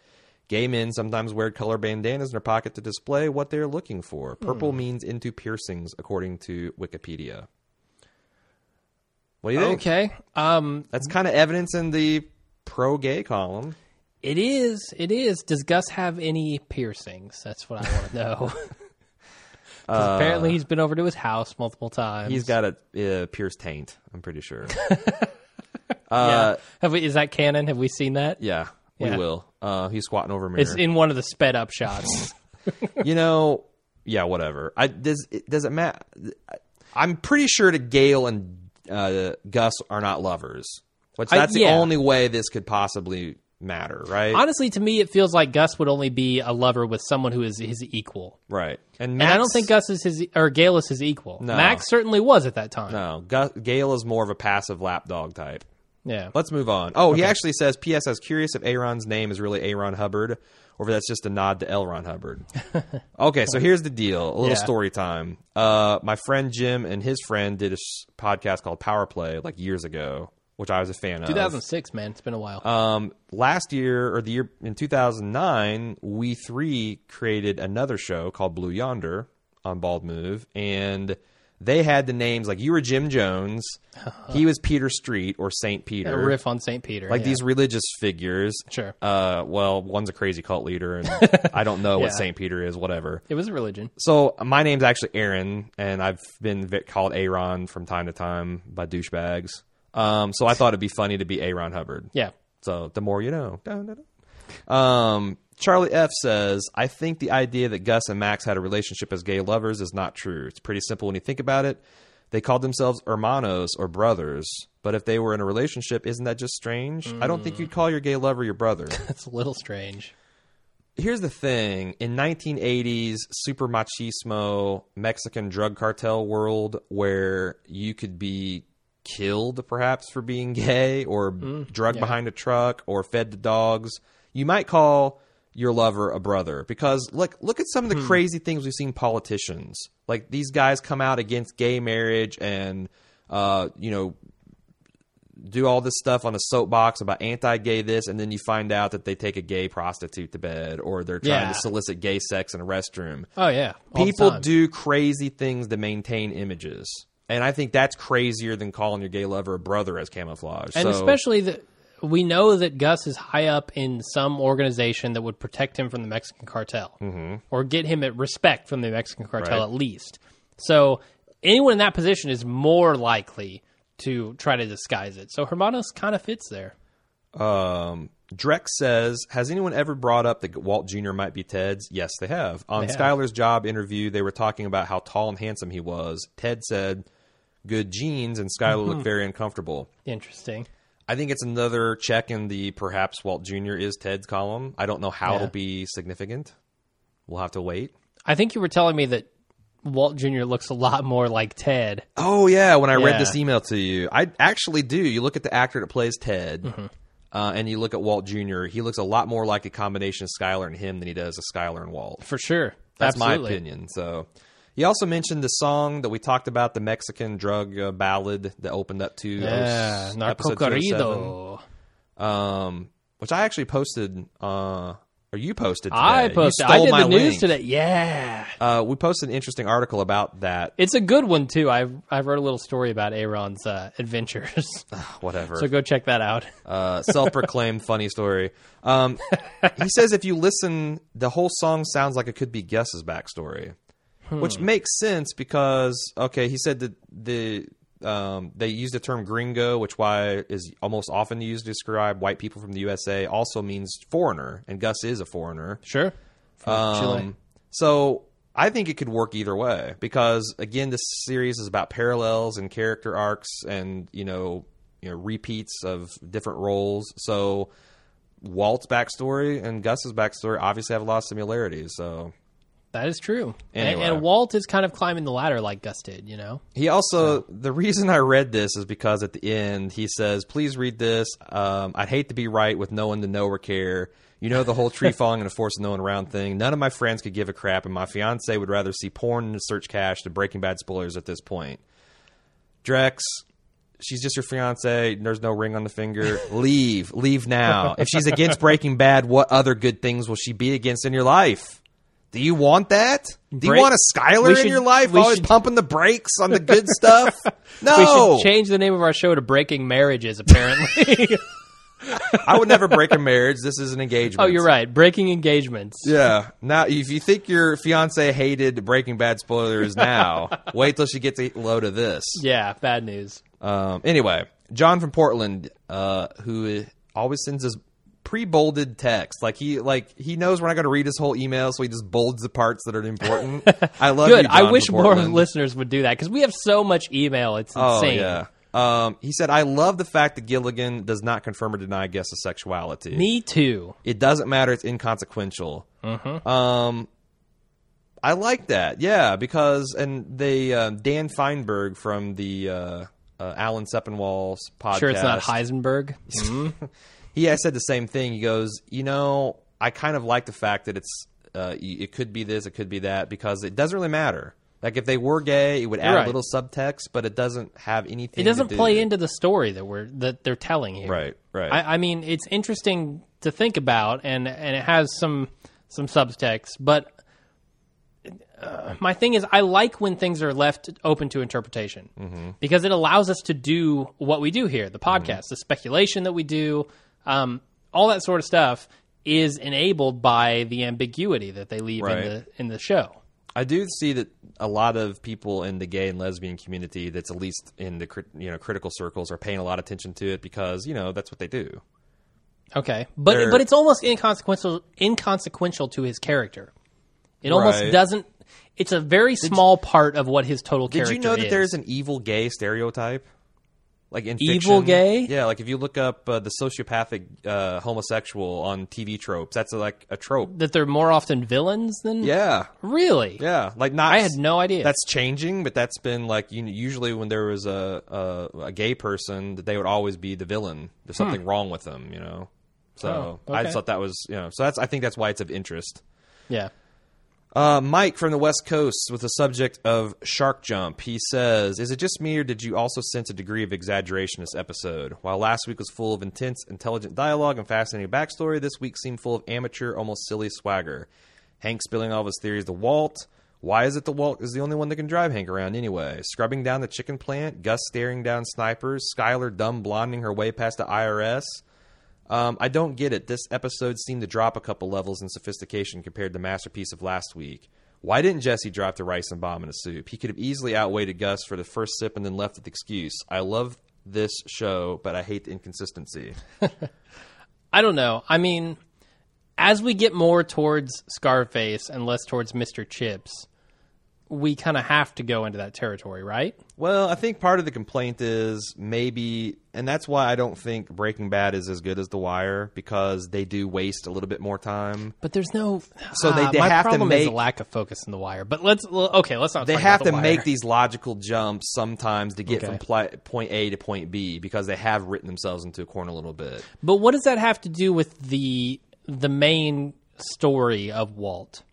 C: Gay men sometimes wear color bandanas in their pocket to display what they're looking for.
B: Hmm.
C: Purple means into piercings, according to Wikipedia. What do you think?
B: Okay. Um,
C: That's kind of evidence in the pro gay column.
B: it is. It is. Does Gus have any piercings? That's what I want to know. 'Cause apparently, he's been over to his house multiple times.
C: Uh, He's got a uh, pierced taint, I'm pretty sure. Uh,
B: Yeah. Have we, is that canon? Have we seen that?
C: Yeah, we
B: Yeah.
C: will. Uh, he's squatting over a mirror.
B: It's in one of the sped up shots.
C: you know, yeah, whatever. I does it, does it matter? I'm pretty sure that Gail and uh, Gus are not lovers. Which
B: I-
C: that's the
B: yeah.
C: only way this could possibly matter, right?
B: Honestly, to me, it feels like Gus would only be a lover with someone who is his equal.
C: right. And,
B: And I don't
C: Max-
B: think Gus is his or Gale is his equal.
C: No.
B: Max certainly was at that time.
C: no. Gus, Gail is more of a passive lapdog type.
B: Yeah.
C: Let's move on. Oh, he actually says, P.S. I was curious if Aaron's name is really Aaron Hubbard or if that's just a nod to L. Ron Hubbard. okay, so here's the deal. A little
B: Yeah.
C: story time. Uh, my friend Jim and his friend did a s- podcast called Power Play like years ago, which I was a fan of.
B: 2006, man. It's been a while.
C: Um, last year or the year in 2009, we three created another show called Blue Yonder on Bald Move, and they had the names like you were Jim Jones, he was Peter Street or Saint Peter,
B: a riff on St. Peter.
C: like
B: yeah.
C: these religious figures.
B: Sure.
C: Uh, well, one's a crazy cult leader, and I don't know what
B: Yeah.
C: Saint Peter is. Whatever.
B: It was a religion.
C: So my name's actually Aaron, and I've been vi- called Aaron from time to time by douchebags. Um, so I thought it'd be funny to be Aaron Hubbard.
B: Yeah.
C: So the more you know. Dun, dun, dun. Um, Charlie F says, I think the idea that Gus and Max had a relationship as gay lovers is not true. It's pretty simple when you think about it. They called themselves hermanos or brothers, but if they were in a relationship, isn't that just strange? I don't think you'd call your gay lover your brother.
B: That's a little strange.
C: Here's the thing in 1980s super machismo Mexican drug cartel world where you could be killed perhaps for being gay or drugged behind a truck or fed to dogs you might call your lover a brother because look look at some of the crazy things we've seen politicians like these guys come out against gay marriage and uh, you know do all this stuff on a soapbox about anti-gay this, and then you find out that they take a gay prostitute to bed, or they're trying
B: Yeah.
C: to solicit gay sex in a restroom.
B: Oh, yeah. all the
C: People
B: time.
C: do crazy things to maintain images, and I think that's crazier than calling your gay lover a brother as camouflage.
B: And
C: so,
B: especially that we know that Gus is high up in some organization that would protect him from the Mexican cartel or get him at respect from the Mexican cartel
C: Mm-hmm. Right.
B: at least. So anyone in that position is more likely to try to disguise it. So Hermanos kind of fits there.
C: um, Drex says, "Has anyone ever brought up that Walt Jr. might be Ted's?" Yes, they have. On
B: have.
C: Skylar's job interview, they were talking about how tall and handsome he was. Ted said, "Good genes," and Skylar
B: Mm-hmm.
C: looked very uncomfortable.
B: Interesting.
C: I think it's another check in the perhaps Walt Jr. is Ted's column. I don't know how it'll be significant. We'll have to wait.
B: I think you were telling me that Walt Jr. looks a lot more like Ted.
C: Oh yeah, when I read
B: Yeah.
C: this email to you, I actually do. You look at the actor that plays Ted,
B: Mm-hmm.
C: uh, and you look at Walt Jr. He looks a lot more like a combination of Skylar and him than he does of Skylar and Walt.
B: For sure.
C: That's my
B: Absolutely.
C: opinion. So, he also mentioned the song that we talked about, the Mexican drug uh, ballad that opened up to
B: Yeah,
C: uh,
B: narco
C: episode 207.
B: corrido.
C: um, which I actually posted, uh, or you posted. Today.
B: I
C: You
B: posted. I
C: stole
B: did
C: my
B: the news
C: link.
B: today. Yeah,
C: Uh, we posted an interesting article about that.
B: it's a good one too. I I wrote a little story about Aaron's uh, adventures,
C: Whatever.
B: so go check that out.
C: uh, self-proclaimed funny story. Um, he says if you listen, the whole song sounds like it could be Gus's backstory,
B: Hmm.
C: which makes sense because okay, he said that the um, they use the term gringo, which why is almost often used to describe white people from the USA, also means foreigner, and Gus is a foreigner.
B: Sure. From Chile.
C: Um, so I think it could work either way because again, this series is about parallels and character arcs, and you know, you know, repeats of different roles. So Walt's backstory and Gus's backstory obviously have a lot of similarities. So
B: That is true.
C: Anyway.
B: And, and Walt is kind of climbing the ladder like Gus did. You know.
C: He also the reason I read this is because at the end he says, "Please read this. Um, I'd hate to be right with no one to know or care. You know the whole tree falling and a force of no one around thing. None of my friends could give a crap, and my fiance would rather see porn than search cash to Breaking Bad spoilers at this point. Drex, she's just your fiance. There's no ring on the finger. Leave, leave now. If she's against Breaking Bad, what other good things will she be against in your life?" Do you want that? Do you
B: Break-
C: want a Skylar
B: We
C: in
B: should-
C: your life?
B: we
C: Always
B: should-
C: pumping the brakes on the good stuff.
B: We
C: No,
B: should change the name of our show to Breaking Marriages. Apparently.
C: I would never break a marriage. This is an engagement.
B: oh, you're right. Breaking engagements.
C: Yeah. Now, if you think your fiance hated Breaking Bad spoilers, now wait till she gets a load of this.
B: Yeah. Bad news.
C: Um, anyway, John from Portland, uh, who always sends us pre-bolded text, like he like he knows we're not going to read his whole email, so he just bolds the parts that are important. I love.
B: Good.
C: You, John
B: I wish
C: from
B: more
C: Portland.
B: listeners would do that because we have so much email. It's
C: Oh,
B: insane.
C: Um, he said, "I love the fact that Gilligan does not confirm or deny Gus's sexuality.
B: Me too.
C: it doesn't matter; it's inconsequential."
B: Mm-hmm.
C: Um, I like that, yeah, because and they uh, Dan Feinberg from the uh, uh, Alan Sepinwall's podcast.
B: Sure, it's not Heisenberg.
C: He has said the same thing. He goes, you know, I kind of like the fact that it's uh, y- it could be this, it could be that, because it doesn't really matter. Like if they were gay, it would add
B: Right.
C: a little subtext, but it doesn't have anything.
B: it doesn't
C: to do.
B: play into the story that we're that they're telling here.
C: Right, right.
B: I, I mean, it's interesting to think about, and and it has some some subtext. But uh, my thing is, I like when things are left open to interpretation
C: Mm-hmm.
B: because it allows us to do what we do here, the podcast, the speculation that we do, um, all that sort of stuff is enabled by the ambiguity that they leave
C: Right.
B: in the in the show.
C: I do see that a lot of people in the gay and lesbian community, that's at least in the crit- you know critical circles, are paying a lot of attention to it because you know that's what they do.
B: Okay, but
C: They're-
B: but it's almost inconsequential inconsequential to his character. It almost
C: Right.
B: doesn't. It's a very small part of what his total
C: Did
B: character
C: you know that
B: is.
C: there's an evil gay stereotype? Like in
B: Evil
C: fiction?
B: gay?
C: yeah. Like if you look up uh, the sociopathic uh, homosexual on TV tropes, that's like a trope.
B: that they're more often villains than
C: Yeah,
B: Really?
C: yeah. Like not.
B: I had no idea.
C: That's changing, but that's been like you usually when there was a a, a gay person, that they would always be the villain. There's something wrong with them, you know. So
B: Hmm. Oh,
C: I
B: okay.
C: just thought that was you know. So that's I think that's why it's of interest.
B: yeah.
C: Uh, Mike from the West Coast with the subject of shark jump. He says, "Is it just me, or did you also sense a degree of exaggeration this episode? While last week was full of intense, intelligent dialogue and fascinating backstory, this week seemed full of amateur, almost silly swagger. Hank spilling all of his theories to Walt. Why is it the Walt is the only one that can drive Hank around anyway? Scrubbing down the chicken plant, Gus staring down snipers, Skylar dumb blonding her way past the IRS." Um, I don't get it. This episode seemed to drop a couple levels in sophistication compared to Masterpiece of last week. Why didn't Jesse drop the rice and bomb in a soup? He could have easily outweighted Gus for the first sip and then left with excuse. I love this show, but I hate the inconsistency.
B: I don't know. I mean, as we get more towards Scarface and less towards Mr. Chips, we kind of have to go into that territory, right?
C: Well, I think part of the complaint is maybe, and that's why I don't think Breaking Bad is as good as The Wire because they do waste a little bit more time.
B: But there's no.
C: So they-
B: Ah,
C: they
B: my
C: have to
B: problem is a
C: make-
B: lack of focus in the wire. But let's well, okay. Let's not.
C: they
B: talk
C: have
B: about
C: to
B: The Wire.
C: make these logical jumps sometimes to get
B: Okay.
C: from pli- point A to point B because they have written themselves into a corner a little bit.
B: But what does that have to do with the the main story of Walt?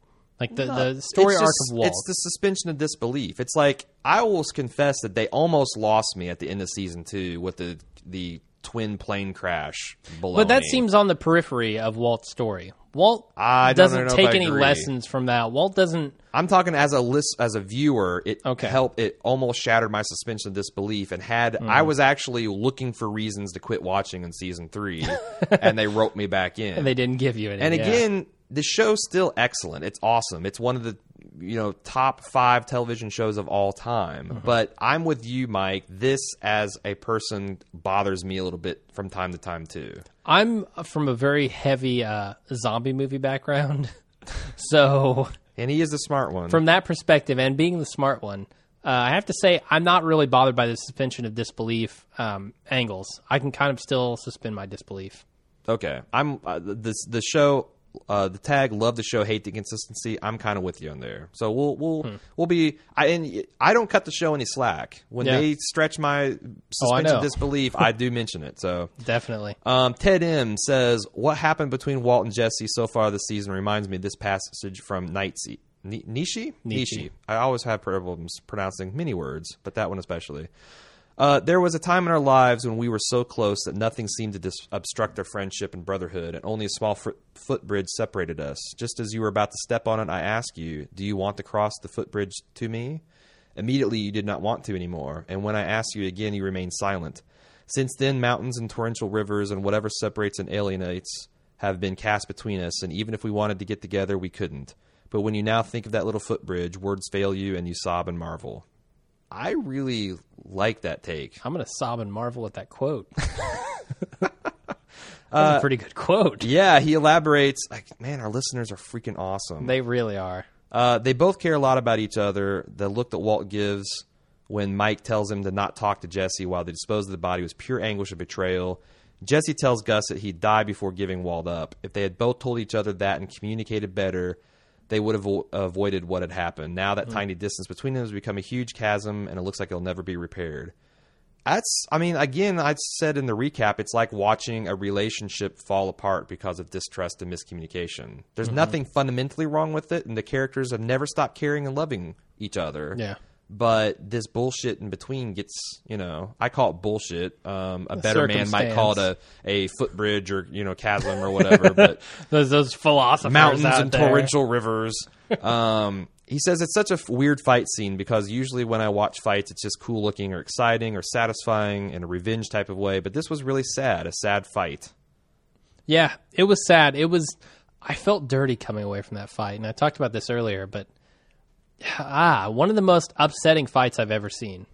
B: Like the, the story
C: it's
B: arc
C: just-
B: of Walt.
C: It's the suspension of disbelief. It's like I will confess that they almost lost me at the end of season two with the the twin plane crash. Baloney.
B: but that seems on the periphery of Walt's story. Walt
C: I don't
B: doesn't
C: know if
B: take
C: I
B: any
C: agree.
B: lessons from that. Walt doesn't.
C: I'm talking as a list as a viewer. It
B: Okay. Mm-hmm.
C: helped. It almost shattered my suspension of disbelief, and had I was actually looking for reasons to quit watching in season three, and they roped me back in.
B: They didn't give you any.
C: And
B: yeah.
C: again, the show's still excellent. It's awesome. It's one of the you know top five television shows of all time.
B: Mm-hmm.
C: But I'm with you, Mike. This as a person bothers me a little bit from time to time too.
B: I'm from a very heavy uh, zombie movie background, so
C: And he is the smart one.
B: from that perspective, and being the smart one, uh, I have to say I'm not really bothered by the suspension of disbelief um, angles. I can kind of still suspend my disbelief.
C: okay, I'm uh, this the show. Uh, the tag love the show hate the consistency i'm kind of with you on there so we'll we'll
B: Hmm.
C: we'll be i and i don't cut the show any slack when
B: Yeah. Oh,
C: they stretch my suspension
B: know.
C: of disbelief i do mention it so
B: Definitely.
C: Um, Ted M says, "What happened between Walt and Jesse so far this season reminds me of this passage from Nightsy. Ni- Nishi? Nishi. I always have problems pronouncing many words, but that one especially. Uh, there was a time in our lives when we were so close that nothing seemed to dis- obstruct our friendship and brotherhood, and only a small fr- footbridge separated us. Just as you were about to step on it, I asked you, Do you want to cross the footbridge to me? Immediately, you did not want to anymore, and when I asked you again, you remained silent. Since then, mountains and torrential rivers and whatever separates and alienates have been cast between us, and even if we wanted to get together, we couldn't. But when you now think of that little footbridge, words fail you, and you sob and marvel. I really like that take.
B: I'm gonna sob and marvel at that quote. That's a pretty good quote.
C: Yeah, he elaborates. Like, man, our listeners are freaking awesome.
B: They really are.
C: Uh, they both care a lot about each other. The look that Walt gives when Mike tells him to not talk to Jesse while they dispose of the body was pure anguish and betrayal. Jesse tells Gus that he'd die before giving Walt up. If they had both told each other that and communicated better, they would have avo- avoided what had happened. Now that tiny distance between them has become a huge chasm, and it looks like it'll never be repaired. That's, I mean, again, I said in the recap, it's like watching a relationship fall apart because of distrust and miscommunication. There's
B: Mm-hmm.
C: nothing fundamentally wrong with it, and the characters have never stopped caring and loving each other.
B: Yeah.
C: But this bullshit in between gets, you know, I call it bullshit. Um, a better man might
B: circumstance.
C: call it a, a footbridge or, you know, chasm or whatever. but
B: Those those philosophers
C: mountains
B: out
C: and
B: there.
C: torrential rivers. Um, he says it's such a f- weird fight scene because usually when I watch fights, it's just cool looking or exciting or satisfying in a revenge type of way. But this was really sad, a sad fight.
B: Yeah, it was sad. It was. I felt dirty coming away from that fight, and I talked about this earlier. But ah, one of the most upsetting fights I've ever seen.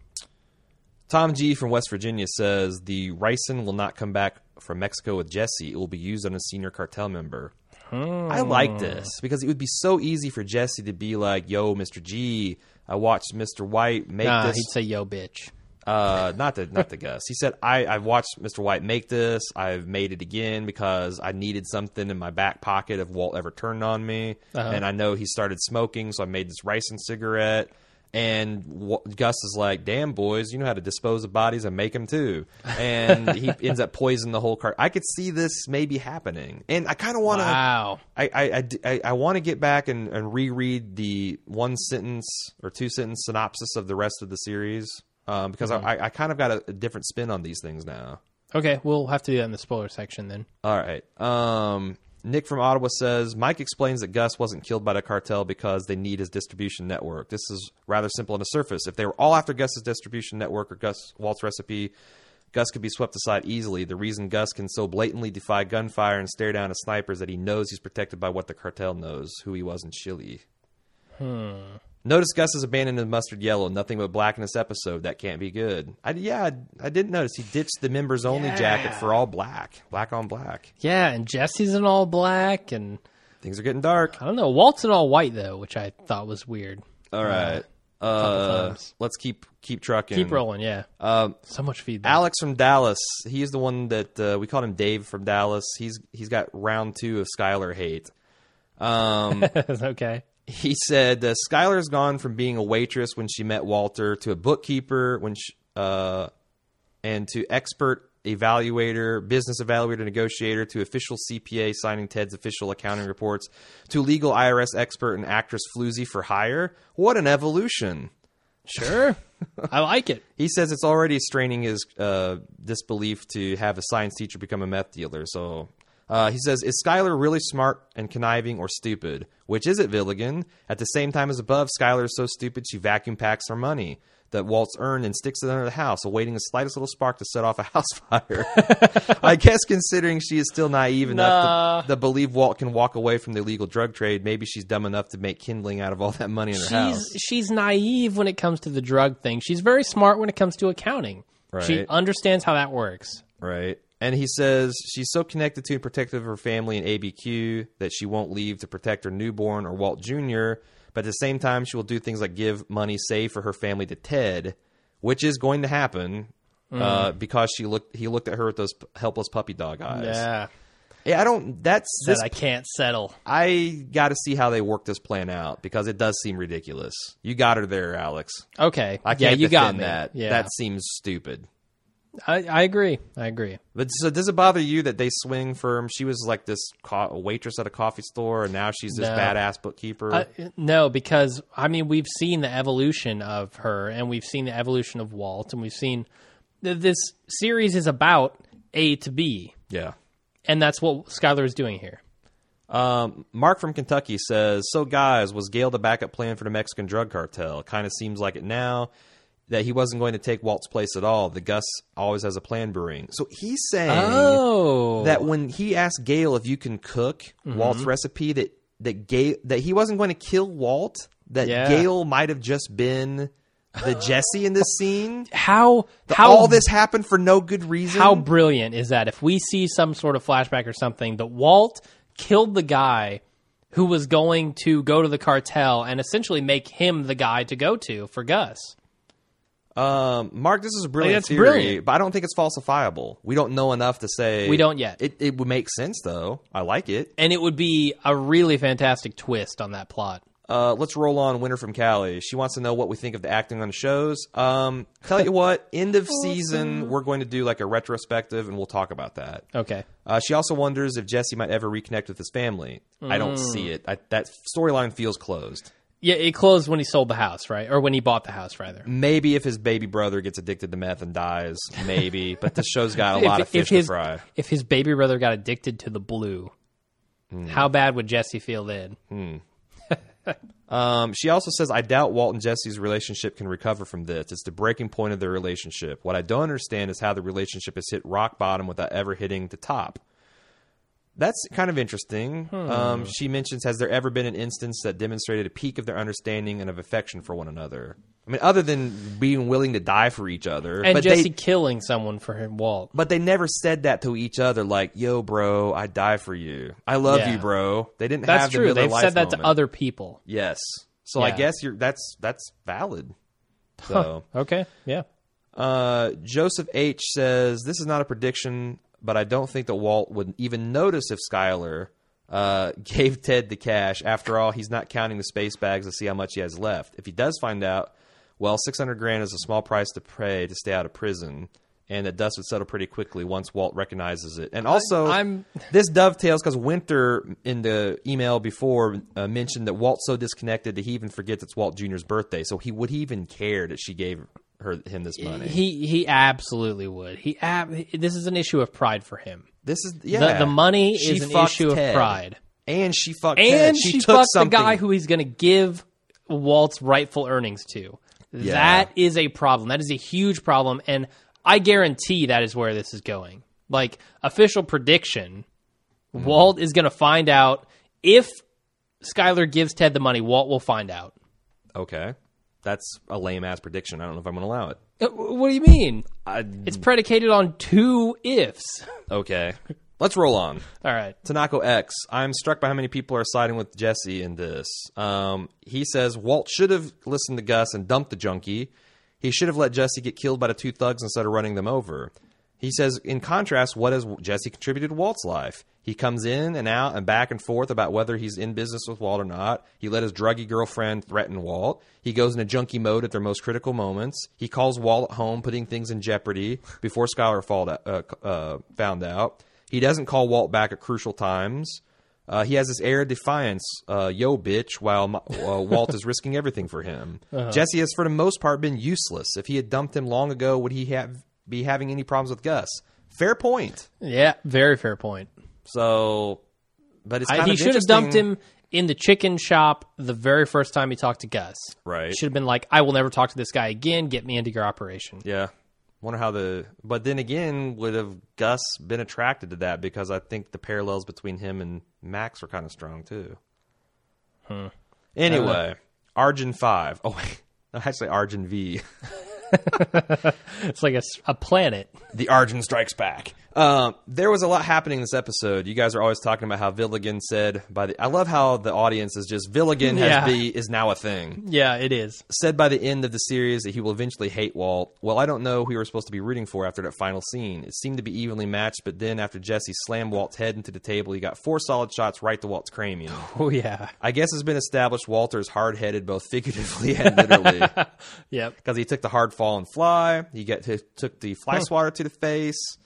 C: Tom G from West Virginia says the ricin will not come back from Mexico with Jesse. It will be used on a senior cartel member. I
B: Hmm.
C: like this because it would be so easy for Jesse to be like, "Yo, Mr. G, I watched Mr. White make
B: Nah,
C: this
B: Ah, he'd say, "Yo, bitch."
C: Uh, not the not the Gus. He said, I, "I've watched Mr. White make this. I've made it again because I needed something in my back pocket if Walt ever turned on me, and I know he started smoking, so I made this ricin cigarette." And Wa- Gus is like, "Damn, boys, you know how to dispose of bodies and make them too." And he ends up poisoning the whole car. I could see this maybe happening, and I kind of want to.
B: Wow.
C: I, I- I, d- I- I want to get back and, and reread the one sentence or two sentence synopsis of the rest of the series um, because I, I kind of got a, a different spin on these things now.
B: Okay, we'll have to do that in the spoiler section then.
C: All right. Um, Nick from Ottawa says Mike explains that Gus wasn't killed by the cartel because they need his distribution network. This is rather simple on the surface. If they were all after Gus's distribution network or Gus Walt's recipe, Gus could be swept aside easily. The reason Gus can so blatantly defy gunfire and stare down a sniper is that he knows he's protected by what the cartel knows, who he was in Chile. Notice Gus is abandoned in mustard yellow. Nothing but black in this episode. That can't be good. I, yeah, I, I didn't notice he ditched the members only jacket for all black, black on black.
B: Yeah, and Jesse's in all black, and
C: Things are getting dark.
B: I don't know. Walt's in all white though, which I thought was weird.
C: All right.
B: couple
C: Uh,
B: times.
C: let's keep keep trucking.
B: Keep rolling, yeah.
C: Um,
B: so much feedback.
C: Alex from Dallas. He is the one that uh, we called him Dave from Dallas. He's he's got round two of Skylar hate. Um,
B: okay.
C: he said uh, Skylar's gone from being a waitress when she met Walter to a bookkeeper when she, uh, and to expert evaluator, business evaluator, negotiator to official CPA signing Ted's official accounting reports to legal IRS expert and actress floozy for hire. What an evolution!
B: Sure. I like it.
C: He says it's already straining his uh, disbelief to have a science teacher become a meth dealer. So uh, he says, Is Skylar really smart and conniving or stupid? Which is it, Villigan? At the same time as above, Skylar is so stupid she vacuum packs her money that Walt's earned and sticks it under the house, awaiting the slightest little spark to set off a house fire. I guess considering she is still naive enough to, to believe Walt can walk away from the illegal drug trade, maybe she's dumb enough to make kindling out of all that money in her house.
B: She's she's naive when it comes to the drug thing. She's very smart when it comes to accounting. She
C: Right.
B: understands how that works.
C: Right. And he says she's so connected to and protective of her family and ABQ that she won't leave to protect her newborn or Walt Jr. But at the same time, she will do things like give money saved for her family to Ted, which is going to happen
B: Hmm.
C: uh, because she looked. He looked at her with those p- helpless puppy dog eyes.
B: Yeah.
C: Yeah, I don't. That's
B: That
C: this.
B: I can't settle.
C: I, got to see how they work this plan out because it does seem ridiculous. You got her there, Alex.
B: Okay.
C: I can't
B: yeah, you got
C: defend
B: me.
C: that.
B: Yeah.
C: That seems stupid.
B: I, I agree. I agree.
C: But so does it bother you that they swing from she was like this co- waitress at a coffee store and now she's this
B: No.
C: badass bookkeeper?
B: Uh, no, because I mean we've seen the evolution of her, and we've seen the evolution of Walt, and we've seen th- this series is about A to B,
C: yeah.
B: and that's what Skylar is doing here.
C: Um, Mark from Kentucky says, "So guys, was Gale the backup plan for the Mexican drug cartel? Kind of seems like it now that he wasn't going to take Walt's place at all. The Gus always has a plan brewing. So he's saying
B: Oh,
C: that when he asked Gale if you can cook
B: Mm-hmm.
C: Walt's recipe, that that Gale that he wasn't going to kill Walt. That
B: Yeah.
C: Gale might have just been." The Jesse in this scene.
B: how how
C: all this happened for no good reason.
B: how brilliant is that? If we see some sort of flashback or something, that Walt killed the guy who was going to go to the cartel and essentially make him the guy to go to for Gus.
C: um, Mark, this is a brilliant
B: that's
C: theory,
B: brilliant.
C: but I don't think it's falsifiable. We don't know enough to say
B: We don't yet.
C: It, it would make sense though. I like it.
B: and it would be a really fantastic twist on that plot.
C: Uh, let's roll on. Winner from Cali. She wants to know what we think of the acting on the shows. Um, tell you what, end of season, we're going to do like a retrospective, and we'll talk about that.
B: Okay.
C: Uh, she also wonders if Jesse might ever reconnect with his family. I don't see
B: Mm.
C: it. I, that storyline feels closed.
B: Yeah, it closed when he sold the house, right? Or when he bought the house, rather.
C: Maybe if his baby brother gets addicted to meth and dies, maybe. but the show's got a lot of fish
B: his,
C: to fry.
B: If his baby brother got addicted to the blue,
C: Mm.
B: how bad would Jesse feel then?
C: Um, she also says, I doubt Walt and Jesse's relationship can recover from this. It's the breaking point of their relationship. What I don't understand is how the relationship has hit rock bottom without ever hitting the top. That's kind of interesting.
B: Hmm.
C: Um, she mentions, Has there ever been an instance that demonstrated a peak of their understanding and of affection for one another? I mean, other than being willing to die for each other.
B: And
C: but
B: Jesse
C: they,
B: killing someone for him, Walt.
C: but they never said that to each other, like, yo, bro, I die for you. I love
B: Yeah.
C: you, bro. They didn't
B: That's
C: have the
B: true.
C: Miller
B: They've
C: Lite
B: said that to
C: moment.
B: other people.
C: Yes. So I
B: Yeah.
C: guess you're that's that's valid. So
B: Okay. Yeah.
C: uh, Joseph H says this is not a prediction, but I don't think that Walt would even notice if Skyler uh, gave Ted the cash. After all, he's not counting the space bags to see how much he has left. If he does find out, well, six hundred grand is a small price to pay to stay out of prison. And that dust would settle pretty quickly once Walt recognizes it. And also,
B: I'm-
C: this dovetails because Winter in the email before uh, mentioned that Walt's so disconnected that he even forgets it's Walt Jr.'s birthday. So he would he even care that she gave her him this money?
B: He he absolutely would. He ab- this is an issue of pride for him.
C: This is yeah.
B: the money
C: She
B: is an
C: fucked
B: issue of
C: Ted.
B: pride.
C: and she fucked. Ted.
B: And
C: she,
B: she,
C: took
B: fucked
C: something.
B: the guy who he's going to give Walt's rightful earnings to. That is a problem. That is a huge problem, and I guarantee that is where this is going. Like official prediction,
C: Mm-hmm.
B: Walt is going to find out if Skyler gives Ted the money. Walt will find out.
C: Okay, that's a lame ass prediction. I don't know if I'm going to allow it.
B: Uh, What do you mean?
C: I,
B: It's predicated on two ifs.
C: okay, let's roll on.
B: All right.
C: Tanako X, I'm struck by how many people are siding with Jesse in this. Um, he says Walt should have listened to Gus and dumped the junkie. He should have let Jesse get killed by the two thugs instead of running them over. He says, in contrast, what has Jesse contributed to Walt's life? He comes in and out and back and forth about whether he's in business with Walt or not. He let his druggy girlfriend threaten Walt. He goes into junkie mode at their most critical moments. He calls Walt at home, putting things in jeopardy before Skylar found out- uh, uh, found out. He doesn't call Walt back at crucial times. Uh, he has this air of defiance, uh, yo, bitch, while my, uh, Walt is risking everything for him.
B: Uh-huh.
C: Jesse has, for the most part, been useless. If he had dumped him long ago, would he have be having any problems with Gus? Fair point.
B: Yeah, very fair point.
C: So, but it's
B: I-
C: kind
B: he
C: of
B: should have dumped
C: interesting-
B: him in the chicken shop the very first time he talked to Gus.
C: Right.
B: Should have been like, I will never talk to this guy again. Get me into your operation.
C: Yeah. Wonder how the. But then again, would have Gus been attracted to that? Because I think the parallels between him and Max are kind of strong too. Anyway, Arjun five. Oh, wait. No, actually, Arjun V.
B: It's like a, s- a planet.
C: the Arjun strikes back. Um, there was a lot happening in this episode. You guys are always talking about how Villigan said by the. I love how the audience is just Villigan has
B: Yeah.
C: be is now a thing.
B: Yeah, it is.
C: said by the end of the series that he will eventually hate Walt. Well, I don't know who we were supposed to be rooting for after that final scene. It seemed to be evenly matched, but then after Jesse slammed Walt's head into the table, he got four solid shots right to Walt's cranium.
B: Oh yeah.
C: I guess it's been established Walter is hard headed both figuratively and literally.
B: Yep.
C: Because he took the hard fall and fly, he get he took the fly swatter to the face.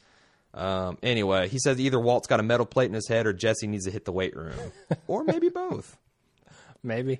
C: Um, anyway, he says either Walt's got a metal plate in his head or Jesse needs to hit the weight room, or maybe both.
B: Maybe.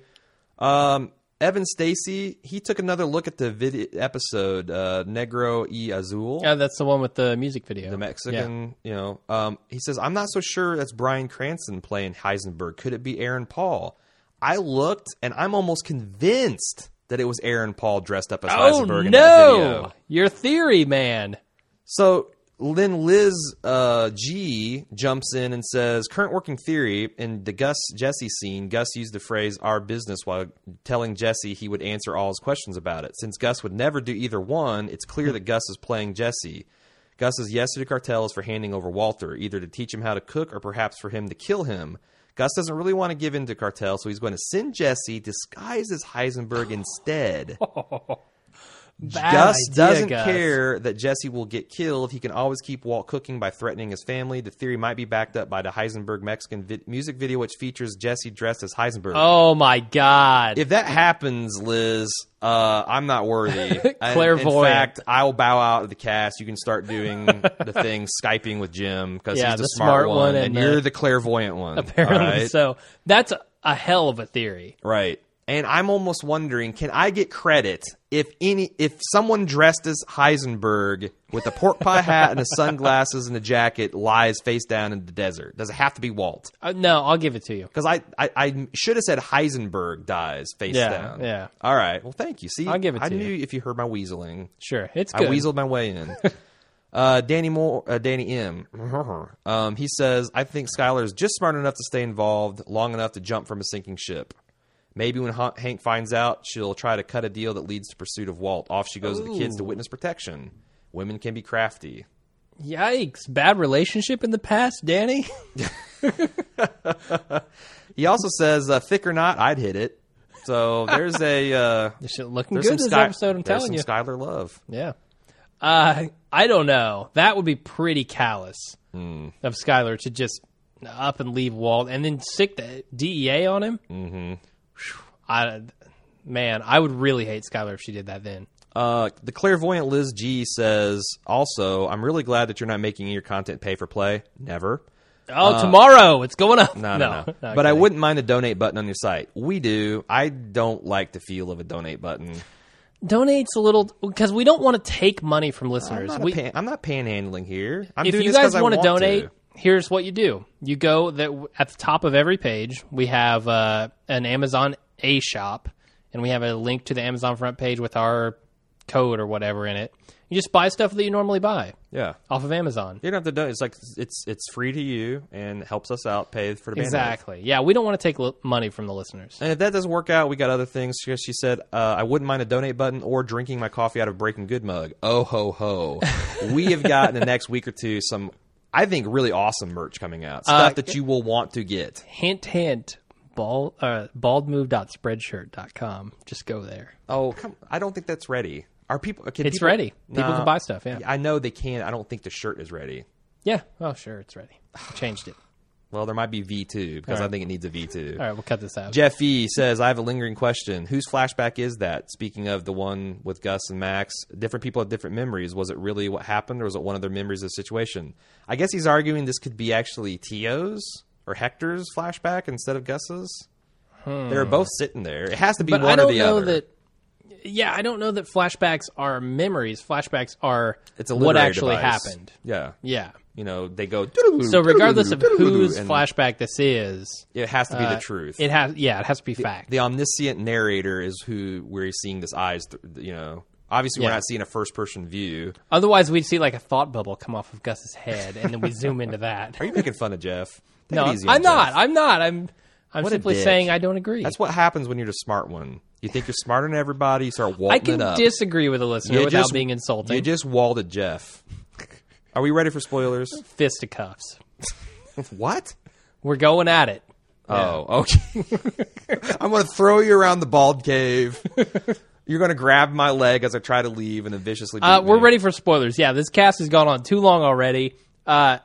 C: Um, Evan Stacy, he took another look at the vid- episode uh, Negro y Azul,
B: Yeah, that's the one with the music video.
C: the Mexican. You know, um, he says, "I'm not so sure that's Brian Cranston playing Heisenberg. Could it be Aaron Paul?" I looked, and I'm almost convinced that it was Aaron Paul dressed up as
B: Oh
C: Heisenberg in that video.
B: no! Your theory, man.
C: So then Liz uh, G jumps in and says, "Current working theory in the Gus Jesse scene. Gus used the phrase "our business" while telling Jesse he would answer all his questions about it. Since Gus would never do either one, it's clear that Gus is playing Jesse. Gus's yes to the cartel is for handing over Walter, either to teach him how to cook or perhaps for him to kill him." Gus doesn't really want to give in to cartel, so he's going to send Jesse disguised as Heisenberg instead.
B: Bad
C: Gus
B: idea,
C: doesn't
B: Gus.
C: care that Jesse will get killed. He can always keep Walt cooking by threatening his family. The theory might be backed up by the Heisenberg Mexican vi- music video, which features Jesse dressed as Heisenberg.
B: Oh my god!
C: If that happens, Liz, uh, I'm not worthy. I- In
B: Clairvoyant.
C: fact, I'll bow out of the cast. You can start doing the thing, skyping with Jim because
B: Yeah,
C: he's the,
B: the
C: smart,
B: smart
C: one,
B: one
C: and,
B: and
C: you're
B: the-
C: the clairvoyant one.
B: Apparently,
C: all right?
B: so that's a hell of a theory.
C: Right. And I'm almost wondering, can I get credit if any if someone dressed as Heisenberg with a pork pie hat and the sunglasses and a jacket lies face down in the desert? Does it have to be Walt?
B: Uh, no, I'll give it to you.
C: Because I, I, I should have said Heisenberg dies face
B: Yeah,
C: down.
B: yeah.
C: All right. Well, thank you. See,
B: I'll give it
C: I
B: to
C: knew
B: you.
C: if you heard my weaseling,
B: Sure, it's
C: I
B: good.
C: weaseled my way in. uh, Danny Moore, uh, Danny M. um, he says, "I think Skylar is just smart enough to stay involved long enough to jump from a sinking ship. Maybe when Han- Hank finds out, she'll try to cut a deal that leads to pursuit of Walt. Off she goes with the kids to witness protection. Women can be crafty.
B: Yikes! Bad relationship in the past, Danny.
C: He also says, uh, "Thick or not, I'd hit it." So there's a uh,
B: This shit looking
C: there's
B: good this
C: Sky-
B: episode. I'm
C: there's some
B: telling you.
C: Skylar love.
B: yeah. Uh, I don't know. That would be pretty callous
C: Hmm.
B: of Skylar to just up and leave Walt and then sick the DEA on him. Mm-hmm. I, man, I would really hate Skylar if she did that. Then
C: Uh, the clairvoyant Liz G says, also, I'm really glad that you're not making your content pay for play. Never.
B: Oh, tomorrow it's going up.
C: Uh, No, no, no. but I wouldn't mind a donate button on your site. We do. I don't like the feel of a donate button.
B: donates a little because we don't want to take money from
C: I'm
B: listeners.
C: not, a
B: We,
C: pan- I'm not panhandling here. I'm
B: if
C: doing
B: you
C: this
B: guys
C: 'cause I
B: wanna
C: want
B: donate,
C: to.
B: here's what you do: you go that at the top of every page, we have uh, an Amazon A shop, and we have a link to the Amazon front page with our code or whatever in it. You just buy stuff that you normally buy
C: yeah,
B: off of Amazon.
C: you don't have to donate. It's like it's it's free to you and helps us out pay for the bandwidth.
B: Exactly. Yeah, we don't want to take li- money from the listeners.
C: And if that doesn't work out, we got other things. She, she said, uh, I wouldn't mind a donate button or drinking my coffee out of Breaking Good mug. Oh, ho, ho. we have got in the next week or two some, I think, really awesome merch coming out.
B: Uh,
C: Stuff that you will want to get.
B: Hint, hint. Bald, uh, baldmove.spreadshirt.com. Just go there.
C: Oh, come! I don't think that's ready. Are people? Can
B: It's
C: people-
B: ready. People
C: Nah.
B: can buy stuff, yeah.
C: I know they can. I don't think the shirt is ready.
B: Yeah. Oh, sure. It's ready. Changed it.
C: Well, there might be V two because I
B: right.
C: think it needs a V two.
B: All right, we'll cut this out.
C: Jeff E says, "I have a lingering question. Whose flashback is that? Speaking of the one with Gus and Max, different people have different memories. Was it really what happened, or was it one of their memories of the situation? I guess he's arguing this could be actually Tio's or Hector's flashback instead of Gus's. They're both sitting there. It has to be
B: but
C: one
B: I don't
C: or the
B: know
C: other.
B: that. Yeah, I don't know that flashbacks are memories. Flashbacks are
C: it's a
B: what
C: literary
B: actually
C: device. Hmm.
B: happened.
C: Yeah,
B: Yeah.
C: you know they go.
B: So regardless of whose
C: and-
B: flashback this is,
C: It has to be
B: uh,
C: the truth.
B: It has yeah, it has to be fact.
C: the omniscient narrator is who we're seeing this eyes. Th- you know, obviously we're
B: Yeah.
C: not seeing a first person view.
B: Otherwise, we'd see like a thought bubble come off of Gus's head, and then we zoom into that.
C: Are you making fun of Jeff? Take
B: no,
C: it easy on
B: I'm not.
C: Jeff.
B: I'm not. I'm. I'm
C: What a
B: simply
C: dick.
B: saying I don't agree.
C: That's what happens when you're the smart one. You think you're smarter than everybody. You start walting
B: I can
C: it up.
B: disagree with a listener
C: You
B: without
C: just-
B: being
C: You
B: insulting.
C: just walled Jeff. Are we ready for spoilers?
B: Fisticuffs.
C: what?
B: We're going at it.
C: Oh, okay. I'm going to throw you around the bald cave. You're going to grab my leg as I try to leave and then viciously.
B: Uh,
C: beat
B: we're
C: me.
B: ready for spoilers. Yeah, this cast has gone on too long already. Uh,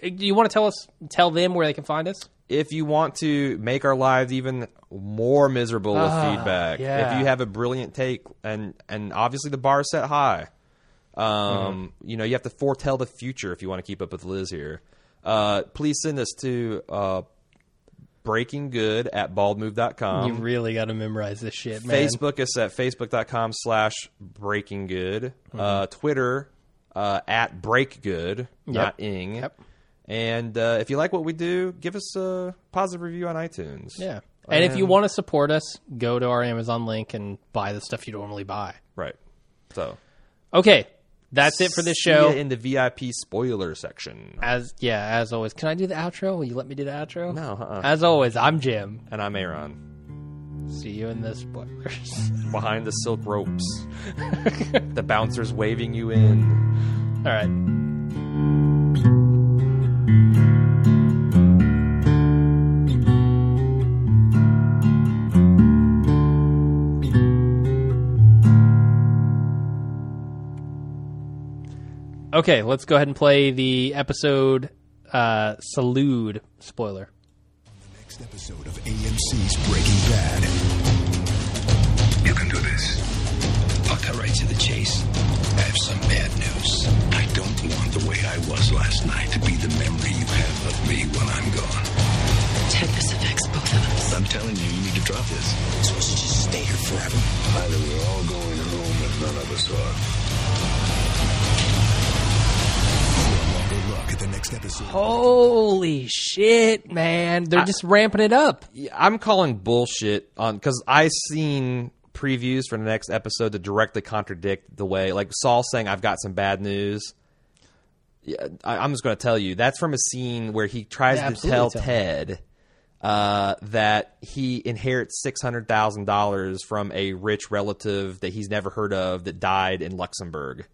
B: do you want to tell us, tell them where they can find us?
C: if you want to make our lives even more miserable with feedback,
B: yeah.
C: if you have a brilliant take, and and obviously the bar is set high, um, you know you have to foretell the future if you want to keep up with Liz here. Uh, please send us to uh, breakinggood at baldmove.com.
B: you really got to memorize this shit, man.
C: Facebook us at facebook.com slash breaking good.
B: Mm-hmm.
C: Uh, Twitter uh, at break good, not ing.
B: Yep.
C: And uh, if you like what we do, give us a positive review on iTunes.
B: Yeah. And if you want to support us, go to our Amazon link and buy the stuff you normally buy.
C: Right. So
B: Okay, that's it for this
C: see
B: show.
C: ya in the VIP spoiler section.
B: As yeah, as always, can I do the outro? Will you let me do the outro?
C: No, uh-uh.
B: As always, I'm Jim.
C: And I'm Aaron.
B: See you in the spoilers.
C: Behind the silk ropes. the bouncer's waving you in.
B: All right. Okay, let's go ahead and play the episode uh, Salute spoiler.
D: Next episode of AMC's Breaking Bad.
E: You can do this. I'll cut right to the chase. I have some bad news. I don't want the way I was last night to be the memory you have of me when I'm gone.
F: This affects both of us.
E: I'm telling you, you need to drop this. So I should just stay here forever? Either we're all going home, but none of us are.
D: Longer look at the next episode.
B: Holy shit, man! They're just ramping it up.
C: Yeah, I'm calling bullshit on because I seen previews for the next episode to directly contradict the way like Saul saying I've got some bad news. Yeah, I, I'm just going to tell you that's from a scene where he tries
B: Yeah,
C: to
B: absolutely
C: tell
B: tell me.
C: Ted uh, that he inherits six hundred thousand dollars from a rich relative that he's never heard of that died in Luxembourg.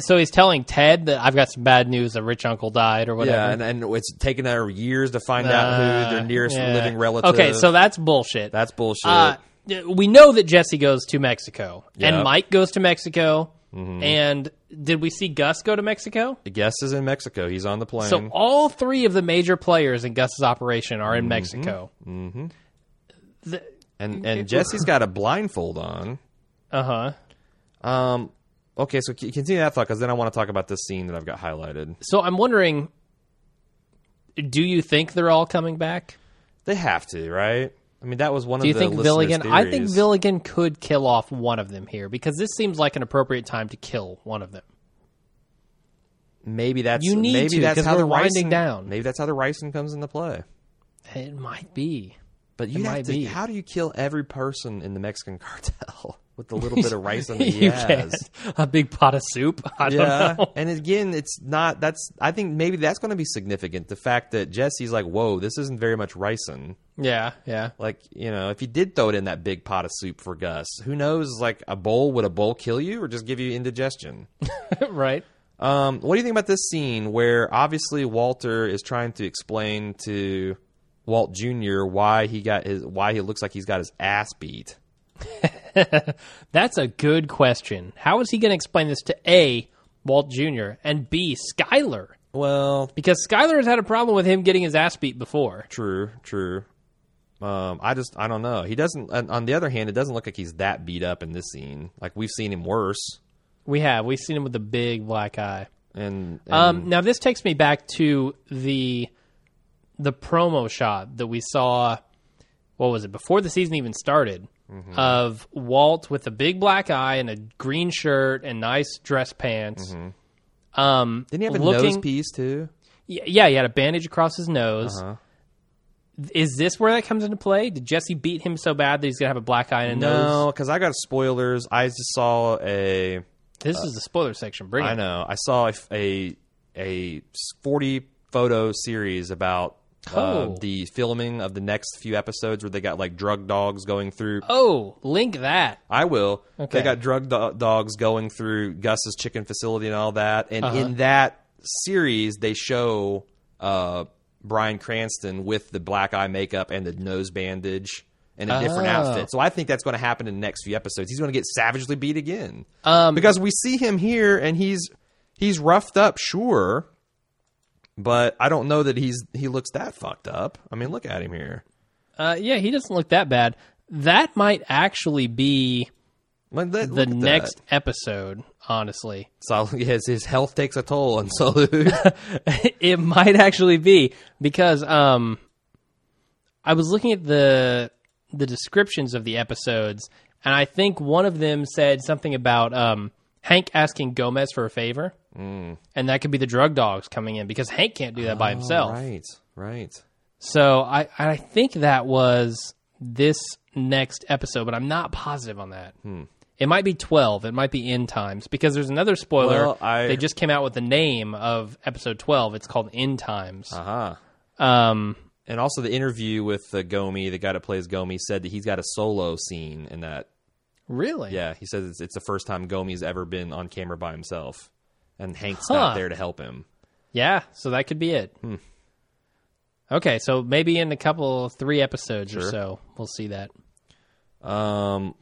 B: So he's telling Ted that I've got some bad news. A rich uncle died or whatever.
C: Yeah, and, and it's taken her years to find out who their
B: Uh,
C: nearest
B: yeah.
C: living relative.
B: Okay, so that's bullshit.
C: that's bullshit.
B: Uh, we know that Jesse goes to Mexico
C: Yeah. Mm-hmm.
B: and Mike goes to Mexico. And did we see Gus go to Mexico?
C: the guest is in Mexico. He's on the plane.
B: So all three of the major players in Gus's operation are
C: Mm-hmm.
B: in Mexico.
C: and and Jesse's got a blindfold on.
B: Uh huh.
C: Okay, so c- continue that thought because then I want to talk about this scene that I've got highlighted.
B: So I'm wondering, do you think they're all coming back?
C: They have to, right? I mean, that was one
B: Do you
C: of the
B: think
C: listeners'
B: Villigan? I think
C: theories.
B: Villigan could kill off one of them here because this seems like an appropriate time to kill one of them.
C: maybe that's
B: You need
C: maybe
B: to,
C: that's
B: 'cause
C: how the
B: we're winding
C: ricin-
B: down.
C: Maybe that's how the ricin comes into play.
B: It might be.
C: But
B: It
C: you
B: might
C: have to.
B: be.
C: How do you kill every person in the Mexican cartel with the little bit of ricin that he
B: you
C: has?
B: can a big pot of soup. I
C: Yeah,
B: don't know.
C: and again, it's not. That's I think maybe that's going to be significant. The fact that Jesse's like, "Whoa, this isn't very much ricin."
B: Yeah, yeah.
C: Like, you know, if you did throw it in that big pot of soup for Gus, who knows? Like, a bowl would a bowl kill you or just give you indigestion?
B: right.
C: um, what do you think about this scene where obviously Walter is trying to explain to Walt Junior why he got his why he looks like he's got his ass beat?
B: That's a good question. How is he going to explain this to A, Walt Jr., and B, Skyler?
C: Well,
B: Because Skyler has had a problem with him getting his ass beat before.
C: true, true. Um, I just I don't know. He doesn't. On on the other hand, it doesn't look like he's that beat up in this scene. Like we've seen him worse.
B: We have. We've seen him with a big black eye.
C: And, and
B: Um, now this takes me back to the the promo shot that we saw. What was it before the season even started?
C: Mm-hmm.
B: Of Walt with a big black eye and a green shirt and nice dress pants. Um,
C: Mm-hmm. didn't he have a
B: looking-
C: nose piece too?
B: Y- Yeah, he had a bandage across his nose.
C: Uh-huh.
B: Is this where that comes into play? Did Jesse beat him so bad that he's gonna have a black eye and a nose?
C: No, because I got spoilers. I just saw a.
B: This is the spoiler section. Bring
C: I
B: it.
C: know. I saw a a, a forty photo series about uh,
B: Oh.
C: the filming of the next few episodes where they got like drug dogs going through.
B: Oh, link that.
C: I will.
B: Okay.
C: They got drug do- dogs going through Gus's chicken facility and all that. And
B: Uh-huh.
C: in that series, they show uh, Brian Cranston with the black eye makeup and the nose bandage. And a different
B: Oh.
C: outfit, so I think that's going to happen in the next few episodes. He's going to get savagely beat again um, because we see him here, and he's he's roughed up, sure, but I don't know that he's he looks that fucked up. I mean, look at him here.
B: Uh, yeah, he doesn't look that bad. That might actually be
C: Like, that-
B: the
C: look at that.
B: next episode. Honestly,
C: So his his health takes a toll on Salud.
B: it might actually be because um, I was looking at the the descriptions of the episodes, and I think one of them said something about um, Hank asking Gomez for a favor,
C: Mm.
B: and that could be the drug dogs coming in because Hank can't do that by himself.
C: Oh, Right, right.
B: So I I think that was this next episode, but I'm not positive on that.
C: Hmm.
B: It might be 12. It might be end times because there's another spoiler.
C: Well, I-
B: They just came out with the name of episode 12. It's called End Times.
C: Uh-huh.
B: Um,
C: And also the interview with uh, Gomi, the guy that plays Gomi, said that he's got a solo scene in that.
B: really?
C: Yeah, he says it's, it's the first time Gomi's ever been on camera by himself, and Hank's not
B: Huh.
C: there to help him.
B: Yeah. So that could be it.
C: Hmm.
B: Okay. So maybe in a couple, three episodes or so, we'll see that.
C: Um,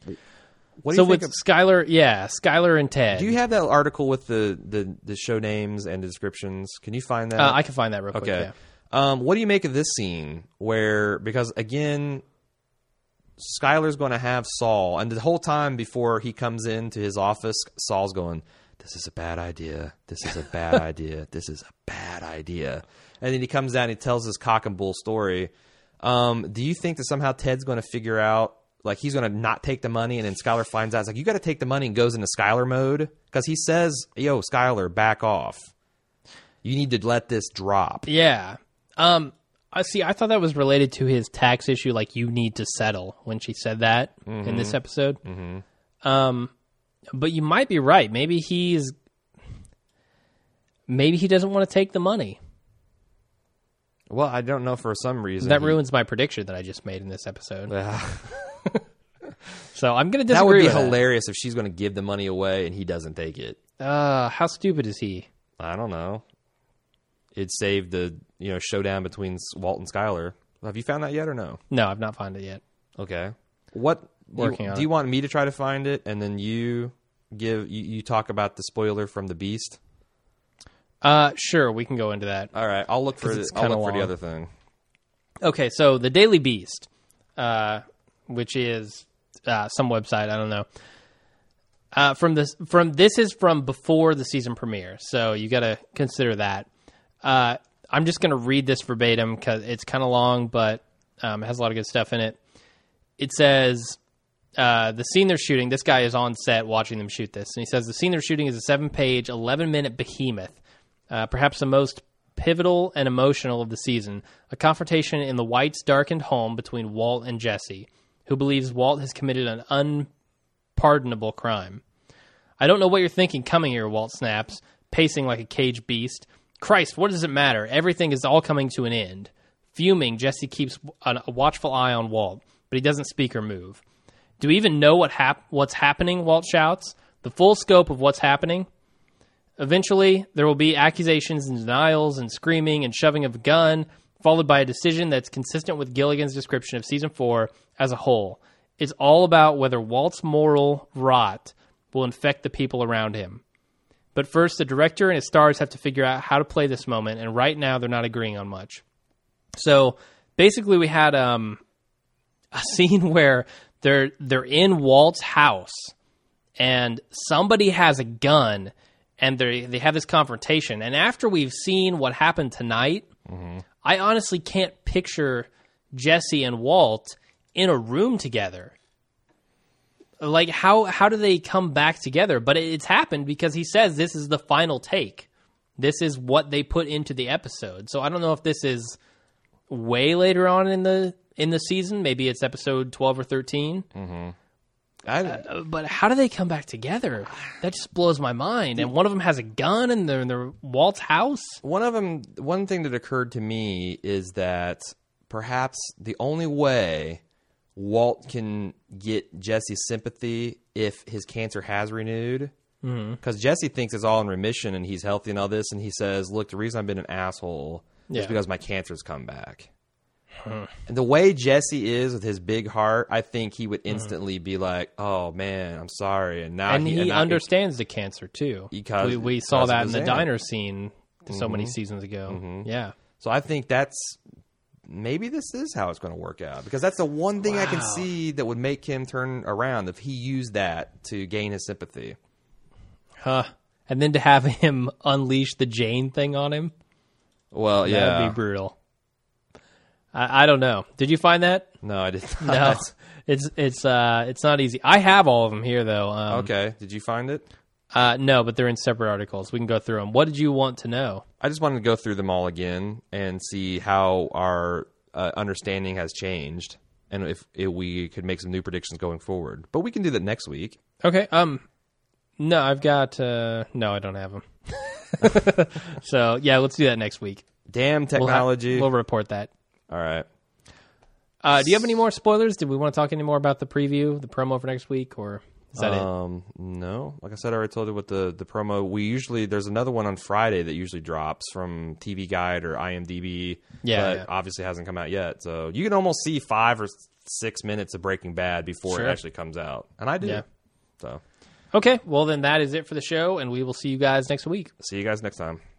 C: What do
B: so
C: you think?
B: with
C: Of,
B: Skylar, yeah, Skylar and Ted.
C: do you have that article with the, the the show names and descriptions? Can you find that?
B: uh, I can find that real quick.
C: Okay.
B: Yeah.
C: Um, what do you make of this scene where because again Skylar's going to have Saul and the whole time before he comes into his office Saul's going this is a bad idea. This is a bad idea. This is a bad idea. And then he comes down and he tells his cock and bull story. Um, do you think that somehow Ted's going to figure out like he's going to not take the money and then Skylar finds out it's like you got to take the money and goes into Skylar mode cuz he says, "Yo, Skylar, back off. You need to let this drop."
B: Yeah. Um. I see. I thought that was related to his tax issue. Like you need to settle when she said that in this episode. Mm-hmm. Um. But you might be right. Maybe he's. Maybe he doesn't want to take the money.
C: Well, I don't know for some reason.
B: That
C: he-
B: ruins my prediction that I just made in this episode.
C: Yeah.
B: So I'm going to
C: That would
B: disagree
C: be
B: with that.
C: hilarious if she's going to give the money away and he doesn't take it.
B: Uh, how stupid is he?
C: I don't know. It saved the you know showdown between S- Walt and Skyler. Have you found that yet or no?
B: No, I've not found it yet.
C: Okay. What
B: Working
C: you,
B: on
C: do
B: it.
C: you want me to try to find it and then you give you, you talk about the spoiler from the Beast?
B: Uh, sure, we can go into that.
C: All right, I'll look for
B: 'Cause
C: the,
B: it's
C: I'll
B: kinda
C: look for the
B: long.
C: other thing.
B: Okay, so the Daily Beast, uh, which is uh, some website I don't know. Uh, from this, from this is from before the season premiere, so you got to consider that. Uh, I'm just going to read this verbatim because it's kind of long, but um, it has a lot of good stuff in it. It says uh, the scene they're shooting. This guy is on set watching them shoot this, and he says the scene they're shooting is a seven-page, eleven-minute behemoth, uh, perhaps the most pivotal and emotional of the season. A confrontation in the White's darkened home between Walt and Jesse, who believes Walt has committed an unpardonable crime. I don't know what you're thinking coming here, Walt snaps, pacing like a caged beast. Christ, what does it matter? Everything is all coming to an end. Fuming, Jesse keeps an- a watchful eye on Walt, but he doesn't speak or move. Do we even know what hap- what's happening? Walt shouts. The full scope of what's happening? Eventually, there will be accusations and denials and screaming and shoving of a gun, followed by a decision that's consistent with Gilligan's description of season four as a whole. It's all about whether Walt's moral rot will infect the people around him. But first, the director and his stars have to figure out how to play this moment, and right now they're not agreeing on much. So basically, we had um, a scene where they're they're in Walt's house, and somebody has a gun and they they have this confrontation and after we've seen what happened tonight i honestly can't picture jesse and walt in a room together like how how do they come back together but it, it's happened because he says this is the final take this is what they put into the episode so i don't know if this is way later on in the in the season maybe it's episode 12 or 13
C: I,
B: Uh, but how do they come back together? That just blows my mind. And one of them has a gun, and they're in their Walt's house.
C: one of them one thing that occurred to me is that perhaps the only way Walt can get Jesse's sympathy if his cancer has renewed
B: Mm-hmm.
C: because Jesse thinks it's all in remission and he's healthy and all this and he says look the reason I've been an asshole is
B: Yeah.
C: because my cancer's come back and the way Jesse is with his big heart I think he would instantly be like oh man I'm sorry and now
B: Mm-hmm. and
C: he,
B: he
C: now-
B: understands the cancer too.
C: Because- Mm-hmm.
B: we, we saw
C: because of
B: that in
C: his
B: the
C: aunt.
B: diner scene so many seasons ago. Yeah,
C: So I think that's maybe this is how it's going to work out because that's the one thing I can see that would make him turn around if he used that to gain his sympathy.
B: huh? And then to have him unleash the Jane thing on him,
C: Well,
B: that would be brutal. I, I don't know. Did you find that?
C: no, I did not.
B: No, it's it's uh it's not easy. I have all of them here though. Um,
C: okay, did you find it?
B: uh, no, but they're in separate articles. We can go through them. What did you want to know?
C: I just wanted to go through them all again and see how our uh, understanding has changed and if, if we could make some new predictions going forward. But we can do that next week.
B: Okay. Um, no, I've got. Uh, no, I don't have them. so yeah, let's do that next week.
C: Damn
B: We'll ha-
C: technology.
B: We'll, report that.
C: all right.
B: Uh, do you have any more spoilers? Did we want to talk any more about the preview, the promo for next week, or is that it?
C: um, No, like I said, I already told you what the the promo. We usually there's another one on Friday that usually drops from TV Guide or IMDb.
B: Yeah,
C: but
B: yeah.
C: obviously hasn't come out yet. So you can almost see five or s- six minutes of Breaking Bad before
B: Sure.
C: it actually comes out, and I do.
B: Yeah.
C: So
B: Okay, well then that is it for the show, and we will see you guys next week.
C: see you guys next time.